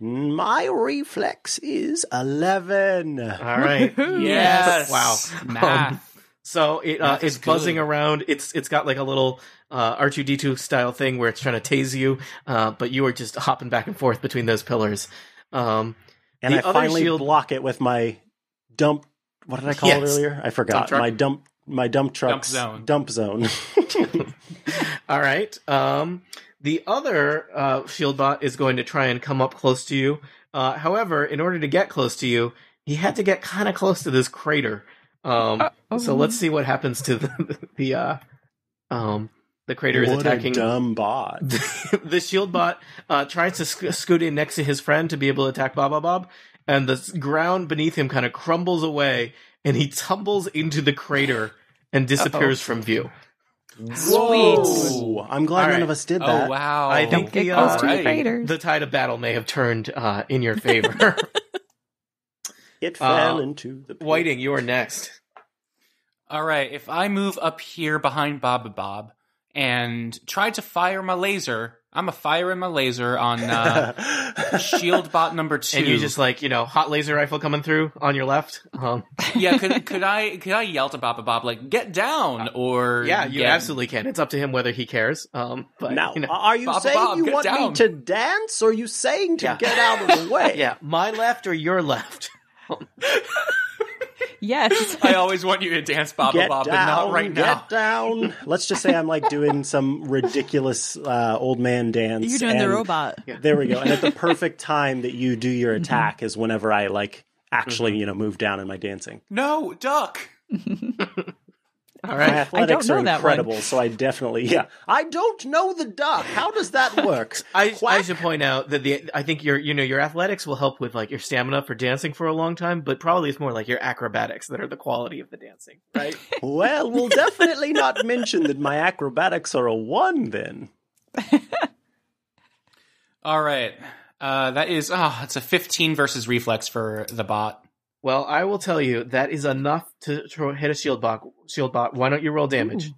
[SPEAKER 6] My reflex is 11.
[SPEAKER 2] All right.
[SPEAKER 5] Yes.
[SPEAKER 2] Wow.
[SPEAKER 5] Math.
[SPEAKER 2] So it uh,
[SPEAKER 5] Math is
[SPEAKER 2] it's buzzing
[SPEAKER 5] good.
[SPEAKER 2] around. It's it's got like a little uh, R two D two style thing where it's trying to tase you, uh, but you are just hopping back and forth between those pillars. Um,
[SPEAKER 6] And
[SPEAKER 2] The
[SPEAKER 6] I
[SPEAKER 2] other
[SPEAKER 6] finally
[SPEAKER 2] shield-
[SPEAKER 6] block it with my dump. What did I call it
[SPEAKER 2] Yes.
[SPEAKER 6] earlier? I
[SPEAKER 2] Dump
[SPEAKER 6] forgot.
[SPEAKER 2] truck?
[SPEAKER 6] my dump. My dump trucks.
[SPEAKER 5] zone.
[SPEAKER 6] Dump zone.
[SPEAKER 2] all right. Um, the other uh, shield bot is going to try and come up close to you. Uh, however, in order to get close to you, he had to get kind of close to this crater. Um, So let's see what happens to the the uh, um, the crater is
[SPEAKER 6] what
[SPEAKER 2] attacking
[SPEAKER 6] a dumb bot.
[SPEAKER 2] the shield bot uh, tries to sc- scoot in next to his friend to be able to attack Baba Bob, and the s- ground beneath him kind of crumbles away, and he tumbles into the crater and disappears from view.
[SPEAKER 5] Sweet.
[SPEAKER 6] Ooh, I'm glad
[SPEAKER 2] All
[SPEAKER 6] none
[SPEAKER 2] right.
[SPEAKER 6] of us did that.
[SPEAKER 5] Oh wow!
[SPEAKER 2] I
[SPEAKER 3] Don't
[SPEAKER 2] think
[SPEAKER 3] get
[SPEAKER 2] the,
[SPEAKER 3] close
[SPEAKER 2] uh,
[SPEAKER 3] to the
[SPEAKER 5] right.
[SPEAKER 3] crater.
[SPEAKER 2] The tide of battle may have turned uh, in your favor.
[SPEAKER 6] It fell
[SPEAKER 2] Uh,
[SPEAKER 6] into the pit.
[SPEAKER 2] Whiting, you are next.
[SPEAKER 5] All right, if I move up here behind Baba Bob and try to fire my laser, I'm a firing my laser on uh, Shield Bot number two.
[SPEAKER 2] And you just like you know, hot laser rifle coming through on your left. Um,
[SPEAKER 5] yeah. Could could I could I yell to Baba Bob like get down or
[SPEAKER 2] yeah, you
[SPEAKER 5] get-
[SPEAKER 2] absolutely can. It's up to him whether he cares. Um, but
[SPEAKER 6] now,
[SPEAKER 2] you know.
[SPEAKER 6] are you
[SPEAKER 5] Bob,
[SPEAKER 6] saying
[SPEAKER 5] Bob,
[SPEAKER 6] you
[SPEAKER 5] get
[SPEAKER 6] want me
[SPEAKER 5] down.
[SPEAKER 6] to dance, or are you saying to
[SPEAKER 2] Yeah.
[SPEAKER 6] get out of the way?
[SPEAKER 2] yeah, my left or your left.
[SPEAKER 3] yes.
[SPEAKER 5] I always want you to dance Baba
[SPEAKER 6] Get
[SPEAKER 5] Bob,
[SPEAKER 6] down,
[SPEAKER 5] but not right
[SPEAKER 6] get
[SPEAKER 5] now.
[SPEAKER 6] down. Let's just say I'm like doing some ridiculous uh, old man dance.
[SPEAKER 7] You're doing the
[SPEAKER 6] and-
[SPEAKER 7] robot.
[SPEAKER 6] There we go. And at the perfect time that you do your attack is whenever I like actually,
[SPEAKER 5] Mm-hmm.
[SPEAKER 6] you know, move down in my dancing.
[SPEAKER 5] No, duck.
[SPEAKER 2] All
[SPEAKER 6] My
[SPEAKER 2] right.
[SPEAKER 6] athletics
[SPEAKER 3] know
[SPEAKER 6] are
[SPEAKER 3] that one.
[SPEAKER 6] incredible, so I definitely yeah. I don't know the duck. How does that work?
[SPEAKER 2] I, I
[SPEAKER 6] Quack.
[SPEAKER 2] should point out that the I think your you know your athletics will help with like your stamina for dancing for a long time, but probably it's more like your acrobatics that are the quality of the dancing, right?
[SPEAKER 6] Well, we'll definitely not mention that my acrobatics are a one then.
[SPEAKER 5] All right, uh, that is oh, it's a 15 versus reflex for the bot.
[SPEAKER 2] well, I will tell you that is enough to, to hit a shield bot. Shield bot. Why don't you roll damage?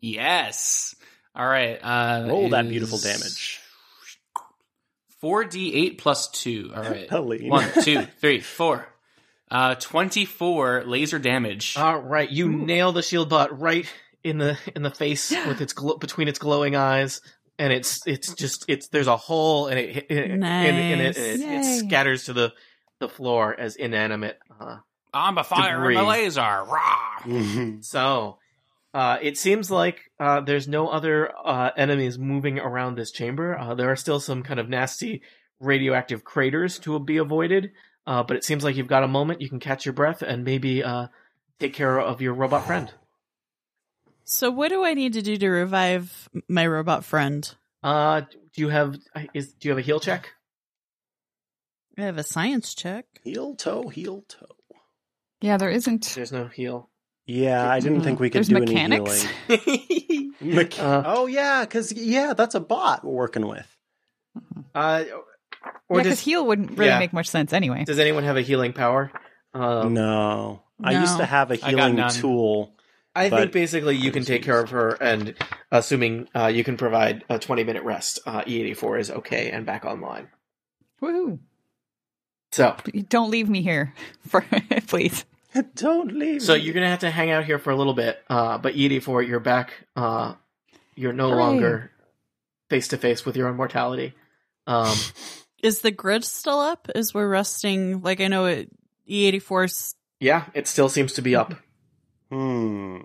[SPEAKER 5] Yes. All right. Uh,
[SPEAKER 6] Roll that
[SPEAKER 5] is-
[SPEAKER 6] beautiful damage.
[SPEAKER 5] 4d8 plus 2. All right.
[SPEAKER 6] Helene.
[SPEAKER 5] One, two, three, four. Uh, 24 laser damage.
[SPEAKER 6] Ah,
[SPEAKER 2] All right, you nail the shield bot right in the in the face with its glo- between its glowing eyes, and it's it's just it's there's a hole and it hit- it- and- and it,
[SPEAKER 7] Nice.
[SPEAKER 2] and it, it
[SPEAKER 3] Yay.
[SPEAKER 2] scatters to the the floor as inanimate. Uh,
[SPEAKER 5] I'm a fire and a
[SPEAKER 2] Debris.
[SPEAKER 5] laser. Rah!
[SPEAKER 6] Mhm.
[SPEAKER 2] So, uh, it seems like uh, there's no other uh, enemies moving around this chamber. Uh, there are still some kind of nasty radioactive craters to be avoided, uh, but it seems like you've got a moment. You can catch your breath and maybe uh, take care of your robot friend.
[SPEAKER 7] So what do I need to do to revive my robot friend?
[SPEAKER 2] Uh, do you have is do you have a heal check?
[SPEAKER 7] I have a science check.
[SPEAKER 6] heel toe, heel toe.
[SPEAKER 3] Yeah, there isn't.
[SPEAKER 2] There's no heal.
[SPEAKER 6] Yeah, I didn't think we could
[SPEAKER 3] There's
[SPEAKER 6] do
[SPEAKER 3] mechanics.
[SPEAKER 6] any healing. Mech-
[SPEAKER 2] Uh,
[SPEAKER 6] oh yeah, because yeah, that's a bot we're working with.
[SPEAKER 2] Uh,
[SPEAKER 3] Yeah,
[SPEAKER 2] or
[SPEAKER 3] because
[SPEAKER 2] does
[SPEAKER 3] heal wouldn't really
[SPEAKER 2] yeah.
[SPEAKER 3] make much sense anyway.
[SPEAKER 2] does anyone have a healing power? Um,
[SPEAKER 6] no. I
[SPEAKER 7] No.
[SPEAKER 6] used to have a
[SPEAKER 5] got
[SPEAKER 6] healing
[SPEAKER 5] none.
[SPEAKER 6] tool.
[SPEAKER 2] I
[SPEAKER 6] but-
[SPEAKER 2] think basically you can take care of her, and assuming uh, you can provide a 20 minute rest, uh, E84 is okay and back online.
[SPEAKER 3] Woohoo.
[SPEAKER 2] So,
[SPEAKER 3] Don't leave me here, for please.
[SPEAKER 6] Don't leave.
[SPEAKER 2] so
[SPEAKER 6] me.
[SPEAKER 2] you're gonna have to hang out here for a little bit, uh, but E84, you're back. Uh, you're no
[SPEAKER 3] Hooray.
[SPEAKER 2] longer face to face with your own mortality. Um,
[SPEAKER 7] Is the grid still up? Is we're resting? Like I know it, E E84's.
[SPEAKER 2] yeah, it still seems to be up.
[SPEAKER 6] Hmm.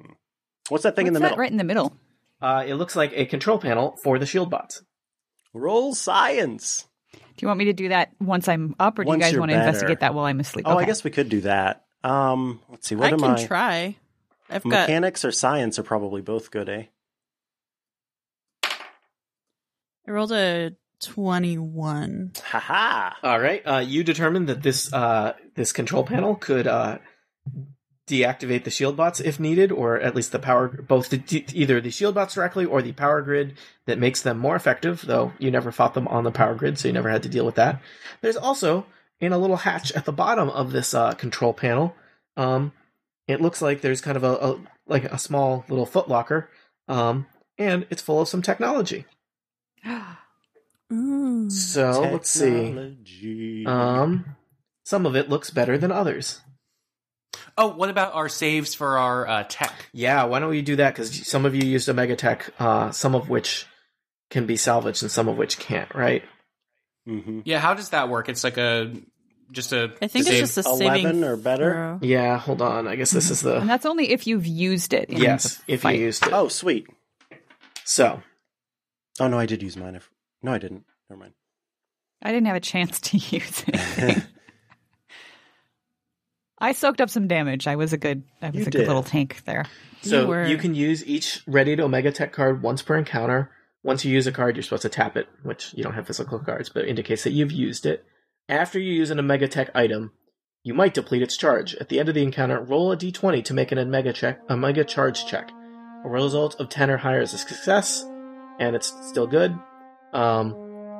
[SPEAKER 6] What's that thing in the
[SPEAKER 3] What's that
[SPEAKER 6] middle?
[SPEAKER 3] Right in the middle.
[SPEAKER 2] Uh, it looks like a control panel for the shield bots.
[SPEAKER 6] Roll science.
[SPEAKER 3] Do you want me to do that once I'm up, or do
[SPEAKER 6] Once
[SPEAKER 3] you guys
[SPEAKER 6] you're
[SPEAKER 3] want
[SPEAKER 6] better.
[SPEAKER 3] to investigate that while I'm asleep?
[SPEAKER 6] Oh, I
[SPEAKER 3] Okay.
[SPEAKER 6] guess we could do that. Um, let's see. What
[SPEAKER 7] I
[SPEAKER 6] am
[SPEAKER 7] can
[SPEAKER 6] I?
[SPEAKER 7] try. I've got
[SPEAKER 6] Mechanics or science are probably both good, eh?
[SPEAKER 7] I rolled a 21.
[SPEAKER 6] Haha.
[SPEAKER 2] All right. Uh, you determined that this uh, this control panel could uh, deactivate the shield bots if needed, or at least the power, both the, d- either the shield bots directly or the power grid that makes them more effective. Though you never fought them on the power grid, so you never had to deal with that. There's also in a little hatch at the bottom of this uh, control panel. Um, it looks like there's kind of a, a like a small little footlocker, um, and it's full of some technology.
[SPEAKER 7] Ooh.
[SPEAKER 2] So
[SPEAKER 6] Oh,
[SPEAKER 2] let's see.
[SPEAKER 6] Technology.
[SPEAKER 2] Um, some of it looks better than others.
[SPEAKER 5] Oh, what about our saves for our uh, tech?
[SPEAKER 2] Yeah, why don't you do that? Because some of you used Omega Tech, uh, some of which can be salvaged and some of which can't, right?
[SPEAKER 6] Mm-hmm.
[SPEAKER 5] Yeah, how does that work? It's like a just a.
[SPEAKER 7] I think
[SPEAKER 5] save.
[SPEAKER 7] it's just a saving
[SPEAKER 6] Eleven or better.
[SPEAKER 7] throw.
[SPEAKER 2] Yeah, hold on. I guess this is
[SPEAKER 3] And
[SPEAKER 2] the.
[SPEAKER 3] that's only if you've used it. in
[SPEAKER 2] Yes,
[SPEAKER 3] the
[SPEAKER 2] if you
[SPEAKER 3] fight.
[SPEAKER 2] used it.
[SPEAKER 6] Oh, sweet.
[SPEAKER 2] So,
[SPEAKER 6] Oh no, I did use mine. I f- No, I didn't. Never mind.
[SPEAKER 3] I didn't have a chance to use it. I soaked up some damage. I was a good. I was
[SPEAKER 6] You
[SPEAKER 3] a
[SPEAKER 6] did.
[SPEAKER 3] good little tank there.
[SPEAKER 7] You
[SPEAKER 2] so
[SPEAKER 7] were-
[SPEAKER 2] you can use each readied Omega Tech card once per encounter. Once you use a card, you're supposed to tap it, which you don't have physical cards, but it indicates that you've used it. After you use an Omega Tech item, you might deplete its charge. At the end of the encounter, roll a d20 to make an Omega check, Omega charge check. A result of 10 or higher is a success, and it's still good. Um,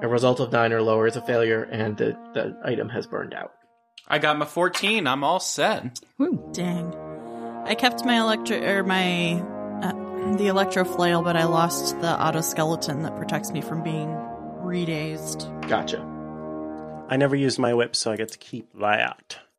[SPEAKER 2] a result of 9 or lower is a failure, and the, the item has burned out.
[SPEAKER 5] I got my 14. I'm all set.
[SPEAKER 3] Woo.
[SPEAKER 7] Dang. I kept my electro or my uh, the electro flail, but I lost the auto skeleton that protects me from being redazed.
[SPEAKER 2] Gotcha.
[SPEAKER 6] I never used my whip, so I get to keep that.